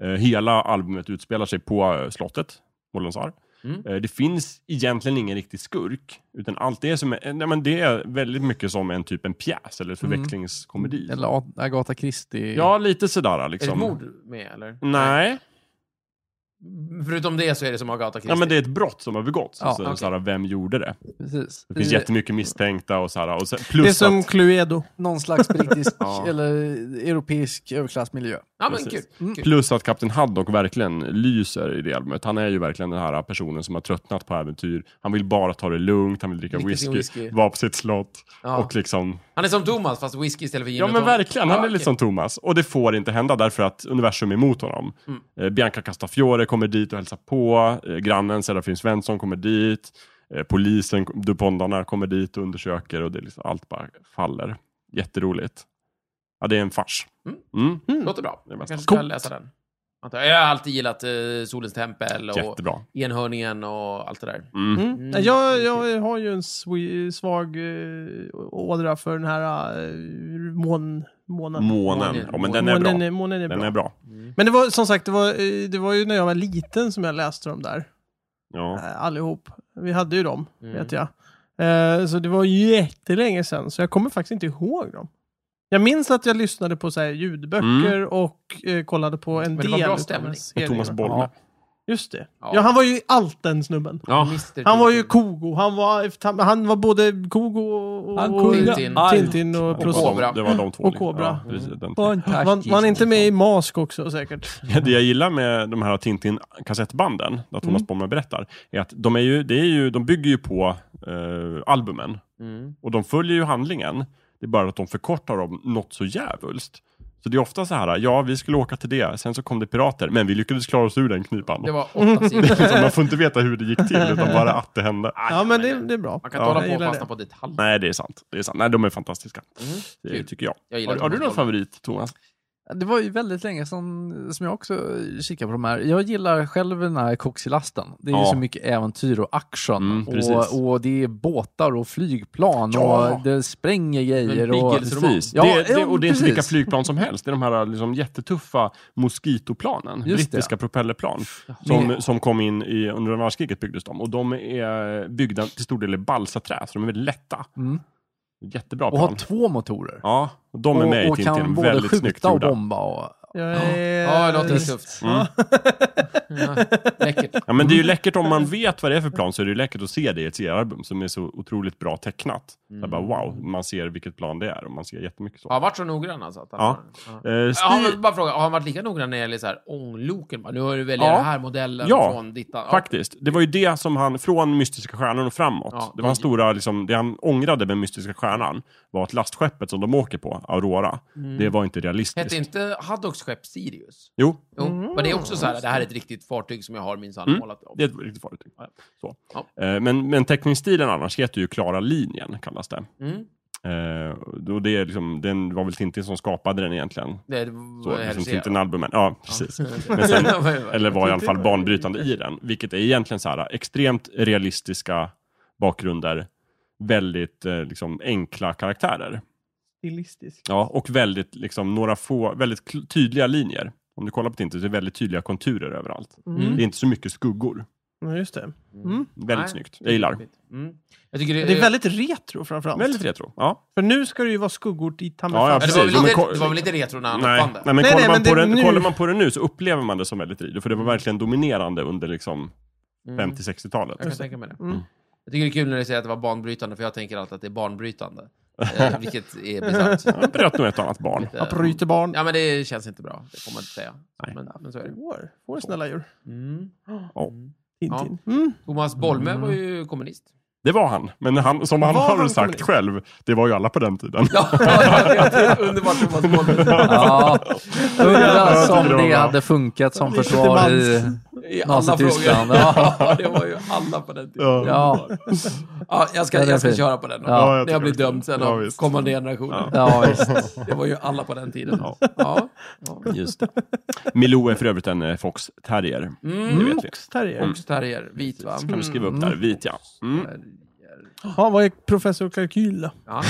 [SPEAKER 4] Eh, hela albumet utspelar sig på eh, slottet, Molonsar.
[SPEAKER 3] Mm.
[SPEAKER 4] Eh, det finns egentligen ingen riktig skurk, utan allt det är, som en- nej, men det är väldigt mycket som en typ en pjäs
[SPEAKER 3] Mm.
[SPEAKER 4] eller förväxlingskomedi.
[SPEAKER 5] Eller A- Agatha Christie.
[SPEAKER 4] Ja, lite
[SPEAKER 3] Är
[SPEAKER 4] sådär
[SPEAKER 3] det
[SPEAKER 4] liksom.
[SPEAKER 3] ett mord med, eller?
[SPEAKER 4] Nej,
[SPEAKER 3] Förutom det så är det som Agatha Christie.
[SPEAKER 4] ja, men det är ett brott som har begåtts. Alltså,
[SPEAKER 5] Ja,
[SPEAKER 4] så,
[SPEAKER 3] okej.
[SPEAKER 4] såhär, vem gjorde det?
[SPEAKER 5] Precis.
[SPEAKER 4] Det finns
[SPEAKER 5] är
[SPEAKER 4] jättemycket misstänkta och såhär. Och sen,
[SPEAKER 2] Det är
[SPEAKER 4] plus
[SPEAKER 2] som
[SPEAKER 4] att,
[SPEAKER 2] Cluedo.
[SPEAKER 5] Någon slags brittisk
[SPEAKER 4] Ja.
[SPEAKER 5] eller europeisk överklassmiljö.
[SPEAKER 3] ja, men kul.
[SPEAKER 4] Precis. Mm.
[SPEAKER 3] kul.
[SPEAKER 4] Plus att Kapten Haddock verkligen lyser i det albumet. Han är ju verkligen den här personen som har tröttnat på äventyr. Han vill bara ta det lugnt, han vill dricka
[SPEAKER 3] Dricka sin
[SPEAKER 4] whisky,
[SPEAKER 3] whisky.
[SPEAKER 4] vara på sitt slott
[SPEAKER 3] Ja.
[SPEAKER 4] och liksom...
[SPEAKER 3] Han är som Thomas, fast whisky istället för gin
[SPEAKER 4] Ja
[SPEAKER 3] och
[SPEAKER 4] men
[SPEAKER 3] tonic.
[SPEAKER 4] verkligen, han
[SPEAKER 3] Ja,
[SPEAKER 4] är lite
[SPEAKER 3] okej.
[SPEAKER 4] som Thomas. Och det får inte hända därför att universum är emot honom.
[SPEAKER 3] Mm.
[SPEAKER 4] Eh, Bianca Castafiore kommer dit och hälsar på. Eh, grannen Serafin Svensson kommer dit. Eh, polisen, Dupondarna kommer dit och undersöker och det är liksom, allt bara faller. Jätteroligt. Ja, det är en fars.
[SPEAKER 3] Mm.
[SPEAKER 4] Mm.
[SPEAKER 3] Låter bra.
[SPEAKER 4] Det är
[SPEAKER 3] Jag
[SPEAKER 4] bäst.
[SPEAKER 3] kanske ska
[SPEAKER 4] Coolt.
[SPEAKER 3] läsa den. Antar Jag Jag har alltid gillat eh, Solens tempel och
[SPEAKER 4] Jättebra.
[SPEAKER 3] Enhörningen och allt det där.
[SPEAKER 4] Mm.
[SPEAKER 2] Mm.
[SPEAKER 3] Mm.
[SPEAKER 2] Nej, Jag, jag har ju en swi- svag eh, ådra för den här eh, mån, månen.
[SPEAKER 4] Månen.
[SPEAKER 3] Månen.
[SPEAKER 4] Ja, men den är
[SPEAKER 2] månen,
[SPEAKER 4] bra.
[SPEAKER 2] månen är bra.
[SPEAKER 4] Den är bra.
[SPEAKER 2] Men det var som sagt, det var, eh, det var ju när jag var liten som jag läste dem där.
[SPEAKER 4] Ja.
[SPEAKER 2] Eh, Allihop. Vi hade ju dem,
[SPEAKER 3] Mm.
[SPEAKER 2] vet jag. Eh, Så det var jättelänge sedan, så jag kommer faktiskt inte ihåg dem. Jag minns att jag lyssnade på så här ljudböcker och eh, kollade på en
[SPEAKER 3] Mm. Men det var
[SPEAKER 2] del
[SPEAKER 3] bra
[SPEAKER 2] utav
[SPEAKER 3] stämning.
[SPEAKER 2] den
[SPEAKER 4] Och Thomas
[SPEAKER 2] serien.
[SPEAKER 4] Bollme.
[SPEAKER 2] Just det.
[SPEAKER 3] Ja.
[SPEAKER 2] Ja, han var ju allt den snubben.
[SPEAKER 4] Ja.
[SPEAKER 3] Mr.
[SPEAKER 2] Han var ju
[SPEAKER 3] Tintin.
[SPEAKER 2] Kogo. Han var, han var både Kogo och,
[SPEAKER 5] Han
[SPEAKER 2] och
[SPEAKER 5] kunde
[SPEAKER 2] Tintin,
[SPEAKER 5] allt.
[SPEAKER 2] och
[SPEAKER 4] Och
[SPEAKER 2] Plus.
[SPEAKER 3] Kobra.
[SPEAKER 4] Det var de två. liksom.
[SPEAKER 2] Och Kobra.
[SPEAKER 4] Ja, precis, den två.
[SPEAKER 2] Var, var han inte med i Mask också säkert?
[SPEAKER 4] Det jag gillar med de här Tintin-kassettbanden, där Thomas
[SPEAKER 2] Mm.
[SPEAKER 4] Bollman berättar, är att de, är ju, det är ju, de bygger ju på eh, albumen.
[SPEAKER 3] Mm.
[SPEAKER 4] Och de följer ju handlingen. Det är bara att de förkortar dem något så djävulskt. Så det är ofta så här, ja vi skulle åka till det, sen så kom det pirater, men vi lyckades klara oss ur den knipan.
[SPEAKER 3] Det var Ah. åtta sidor.
[SPEAKER 4] Liksom, man får inte veta hur det gick till, utan bara att det hände.
[SPEAKER 2] Ja, men det, det är bra.
[SPEAKER 3] Man kan
[SPEAKER 2] jag
[SPEAKER 3] inte
[SPEAKER 4] Ja,
[SPEAKER 3] hålla på
[SPEAKER 2] gillar
[SPEAKER 3] och fastna
[SPEAKER 2] det.
[SPEAKER 3] på detaljer.
[SPEAKER 4] Nej, det är sant. Det är sant. Nej, de är fantastiska.
[SPEAKER 3] Mm.
[SPEAKER 4] Det
[SPEAKER 3] Kul.
[SPEAKER 4] tycker jag.
[SPEAKER 3] Jag gillar
[SPEAKER 4] Har, har du
[SPEAKER 3] Thomas
[SPEAKER 4] någon
[SPEAKER 3] Bollman.
[SPEAKER 4] favorit, Thomas?
[SPEAKER 5] Det var ju väldigt länge sedan som jag också kikade på de här. Jag gillar själv den här Koxilasten. Det är ju
[SPEAKER 4] Ja.
[SPEAKER 5] så mycket äventyr och action.
[SPEAKER 4] Mm, precis.
[SPEAKER 5] och, och det är båtar och flygplan
[SPEAKER 4] Ja.
[SPEAKER 5] och det spränger
[SPEAKER 3] Men
[SPEAKER 5] grejer. Och,
[SPEAKER 3] Pickles roman.
[SPEAKER 4] Ja,
[SPEAKER 5] Ja,
[SPEAKER 4] det, det,
[SPEAKER 5] ja,
[SPEAKER 4] och det är inte
[SPEAKER 5] precis.
[SPEAKER 4] vilka flygplan som helst. Det är de här liksom, jättetuffa moskitoplanen.
[SPEAKER 5] Just det.
[SPEAKER 4] brittiska propellerplan.
[SPEAKER 5] Men-
[SPEAKER 4] Som, som kom in i, under andra världskriget byggdes de. Och de är byggda till stor del i balsaträ, så de är väldigt lätta.
[SPEAKER 5] Mm.
[SPEAKER 4] Jättebra
[SPEAKER 5] och har
[SPEAKER 4] plan.
[SPEAKER 5] två motorer.
[SPEAKER 4] Ja, och de är med
[SPEAKER 5] och,
[SPEAKER 4] i
[SPEAKER 5] och
[SPEAKER 4] Tintin.
[SPEAKER 5] kan både
[SPEAKER 4] Väldigt snyggt
[SPEAKER 5] skjuta och
[SPEAKER 4] gjorda.
[SPEAKER 5] bomba. Och,
[SPEAKER 2] Jag är...
[SPEAKER 3] Eh, Ja, det låter tufft.
[SPEAKER 4] Mm.
[SPEAKER 3] Ja, läckert.
[SPEAKER 4] Ja, men
[SPEAKER 5] Mm.
[SPEAKER 4] det är ju läckert om man vet vad det är för plan, så är det ju läckert att se det i ett seriealbum som är så otroligt bra tecknat. Så
[SPEAKER 5] Mm.
[SPEAKER 4] bara, wow, man ser vilket plan det är och man ser jättemycket så.
[SPEAKER 3] Har han varit så noggrann alltså? Att han
[SPEAKER 4] Ja.
[SPEAKER 3] har- ja.
[SPEAKER 4] Eh,
[SPEAKER 3] Ja,
[SPEAKER 4] Stig,
[SPEAKER 3] men bara fråga, har han varit lika noggrann när det gäller så här ångloken? Bara, Nu har du väljer
[SPEAKER 4] Ja.
[SPEAKER 3] den här modellen
[SPEAKER 4] Ja.
[SPEAKER 3] från dittan.
[SPEAKER 4] faktiskt. Det var ju det som han, från Mystiska Stjärnan och framåt,
[SPEAKER 3] Ja.
[SPEAKER 4] det var hans stora, liksom, det han ångrade med Mystiska Stjärnan var att lastskeppet som de åker på, Aurora, det var inte realistiskt.
[SPEAKER 3] Mm. Hette inte Haddocks skepp Sirius?
[SPEAKER 4] Jo,
[SPEAKER 3] Jo, men det är också så här, det här är ett riktigt fartyg som jag har minsann
[SPEAKER 4] Mm.
[SPEAKER 3] målat om.
[SPEAKER 4] det är ett riktigt farligt. Så.
[SPEAKER 3] Ja.
[SPEAKER 4] Eh, Men, men teckningsstilen annars heter ju Klara linjen, kallas det.
[SPEAKER 3] Mm.
[SPEAKER 4] Eh, och det, är liksom, den var väl Tintin som skapade den egentligen.
[SPEAKER 3] Det
[SPEAKER 4] Så,
[SPEAKER 3] var
[SPEAKER 4] liksom
[SPEAKER 3] Hellseer.
[SPEAKER 4] Tintin-albumen. Ja, precis. Men sen,
[SPEAKER 3] Ja.
[SPEAKER 4] eller var i alla fall banbrytande i den. Vilket är egentligen så här, äh, extremt realistiska bakgrunder. Väldigt eh, liksom, enkla karaktärer.
[SPEAKER 2] Stilistisk.
[SPEAKER 4] Ja, och väldigt, liksom, några få, väldigt kl- tydliga linjer. Om du kollar på Tintin så är det väldigt tydliga konturer överallt.
[SPEAKER 2] Mm.
[SPEAKER 4] Det är inte så mycket skuggor.
[SPEAKER 2] Ja, just det.
[SPEAKER 3] Mm.
[SPEAKER 4] Väldigt
[SPEAKER 3] Nej.
[SPEAKER 4] snyggt. Jag gillar.
[SPEAKER 3] Mm. Jag tycker det,
[SPEAKER 2] Det är väldigt retro framförallt.
[SPEAKER 4] Väldigt retro. Ja.
[SPEAKER 2] För nu ska det ju vara skuggor i ta mig
[SPEAKER 4] Ja,
[SPEAKER 2] fan.
[SPEAKER 3] Ja, det,
[SPEAKER 4] ja, precis.
[SPEAKER 3] var väl
[SPEAKER 4] men
[SPEAKER 3] lite,
[SPEAKER 4] ko-
[SPEAKER 3] det var väl lite retro när han
[SPEAKER 4] Nej,
[SPEAKER 3] uppfann
[SPEAKER 4] nej,
[SPEAKER 3] det?
[SPEAKER 4] men,
[SPEAKER 2] Nej,
[SPEAKER 4] kollar,
[SPEAKER 2] nej,
[SPEAKER 4] man
[SPEAKER 2] men
[SPEAKER 4] på
[SPEAKER 2] det-
[SPEAKER 4] den,
[SPEAKER 2] nu-
[SPEAKER 4] kollar man på den nu så upplever man det som väldigt retro. För det var verkligen dominerande under liksom,
[SPEAKER 3] Mm.
[SPEAKER 4] 50-60-talet.
[SPEAKER 3] Jag kan tänka mig det.
[SPEAKER 2] Mm.
[SPEAKER 3] Jag tycker det är kul när du säger att det var banbrytande, för jag tänker alltid att det är barnbrytande. Eh, vilket är bisarrt.
[SPEAKER 4] Han bröt nog ett annat barn.
[SPEAKER 3] Eh,
[SPEAKER 2] Att bryta barn.
[SPEAKER 3] Ja, men det känns inte bra. Det får man inte säga.
[SPEAKER 4] Nej.
[SPEAKER 3] Men, men så är det.
[SPEAKER 2] Får, får snälla djur.
[SPEAKER 3] Mm.
[SPEAKER 2] Tintin. Mm.
[SPEAKER 3] Thomas Bolme var ju kommunist.
[SPEAKER 4] Det var han, men han, som han
[SPEAKER 2] Var
[SPEAKER 4] har
[SPEAKER 2] han
[SPEAKER 4] sagt
[SPEAKER 2] kommunist?
[SPEAKER 4] själv, det var ju alla på den tiden.
[SPEAKER 3] Ja, det är underbart Thomas Bolme.
[SPEAKER 5] Ja,
[SPEAKER 4] Jag
[SPEAKER 5] undrar
[SPEAKER 4] tycker
[SPEAKER 5] som
[SPEAKER 4] det var
[SPEAKER 5] det
[SPEAKER 4] bra.
[SPEAKER 5] hade funkat som
[SPEAKER 2] Lite
[SPEAKER 5] försvar i
[SPEAKER 2] till
[SPEAKER 3] I alla frågor.
[SPEAKER 5] Nazityskland. Ja.
[SPEAKER 3] Ja, det var ju alla på den tiden.
[SPEAKER 4] Ja.
[SPEAKER 5] Ja.
[SPEAKER 3] Ja, jag ska,
[SPEAKER 5] Den är
[SPEAKER 3] jag ska
[SPEAKER 5] fin.
[SPEAKER 3] köra på den.
[SPEAKER 5] Ja,
[SPEAKER 4] jag
[SPEAKER 3] när jag
[SPEAKER 4] tycker
[SPEAKER 3] blir
[SPEAKER 4] också.
[SPEAKER 3] dömd sen
[SPEAKER 4] Ja,
[SPEAKER 3] av
[SPEAKER 4] visst.
[SPEAKER 3] kommande generationer.
[SPEAKER 5] Ja, visst.
[SPEAKER 3] Det var ju alla på den tiden. Ja. Ja.
[SPEAKER 4] Just det. Mm. Milou är för övrigt en eh, fox terrier.
[SPEAKER 2] Mm.
[SPEAKER 4] Det vet vi. Mm.
[SPEAKER 2] Oxterrier.
[SPEAKER 3] Oxterrier, vit va?
[SPEAKER 4] Så kan vi skriva upp där, vit ja. Mm.
[SPEAKER 2] Ja, vad är professor Kalkyl då?
[SPEAKER 3] Ja.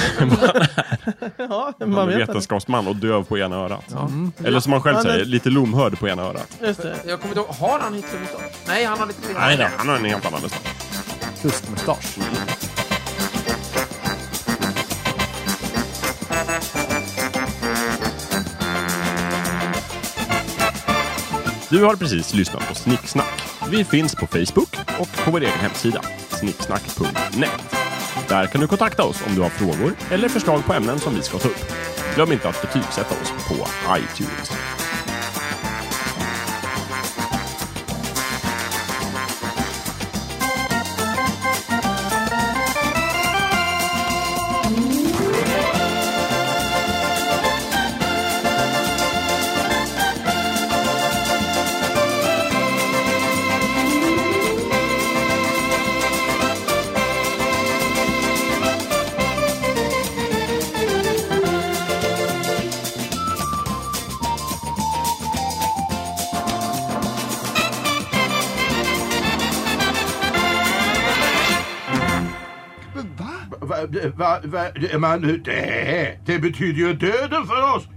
[SPEAKER 2] Ja, man
[SPEAKER 4] Han är
[SPEAKER 2] vet inte.
[SPEAKER 4] vetenskapsman och döv på ena örat.
[SPEAKER 3] Ja.
[SPEAKER 4] Eller som han själv
[SPEAKER 2] Han är-
[SPEAKER 4] säger, lite lomhörd på ena örat.
[SPEAKER 2] Just det.
[SPEAKER 3] Jag kommer inte ihåg, har han Hitlermustasch? Nej, han har lite fel.
[SPEAKER 4] Nej, nej, han har en helt annan mustasch.
[SPEAKER 5] Kustmustasch.
[SPEAKER 4] Du har precis lyssnat på Snicksnack. Vi finns på Facebook och på vår egen hemsida, snicksnack.net. Där kan du kontakta oss om du har frågor eller förslag på ämnen som vi ska ta upp. Glöm inte att betygsätta oss på iTunes.
[SPEAKER 1] Va? Va, va, va, man, det, det betyder ju döden för oss.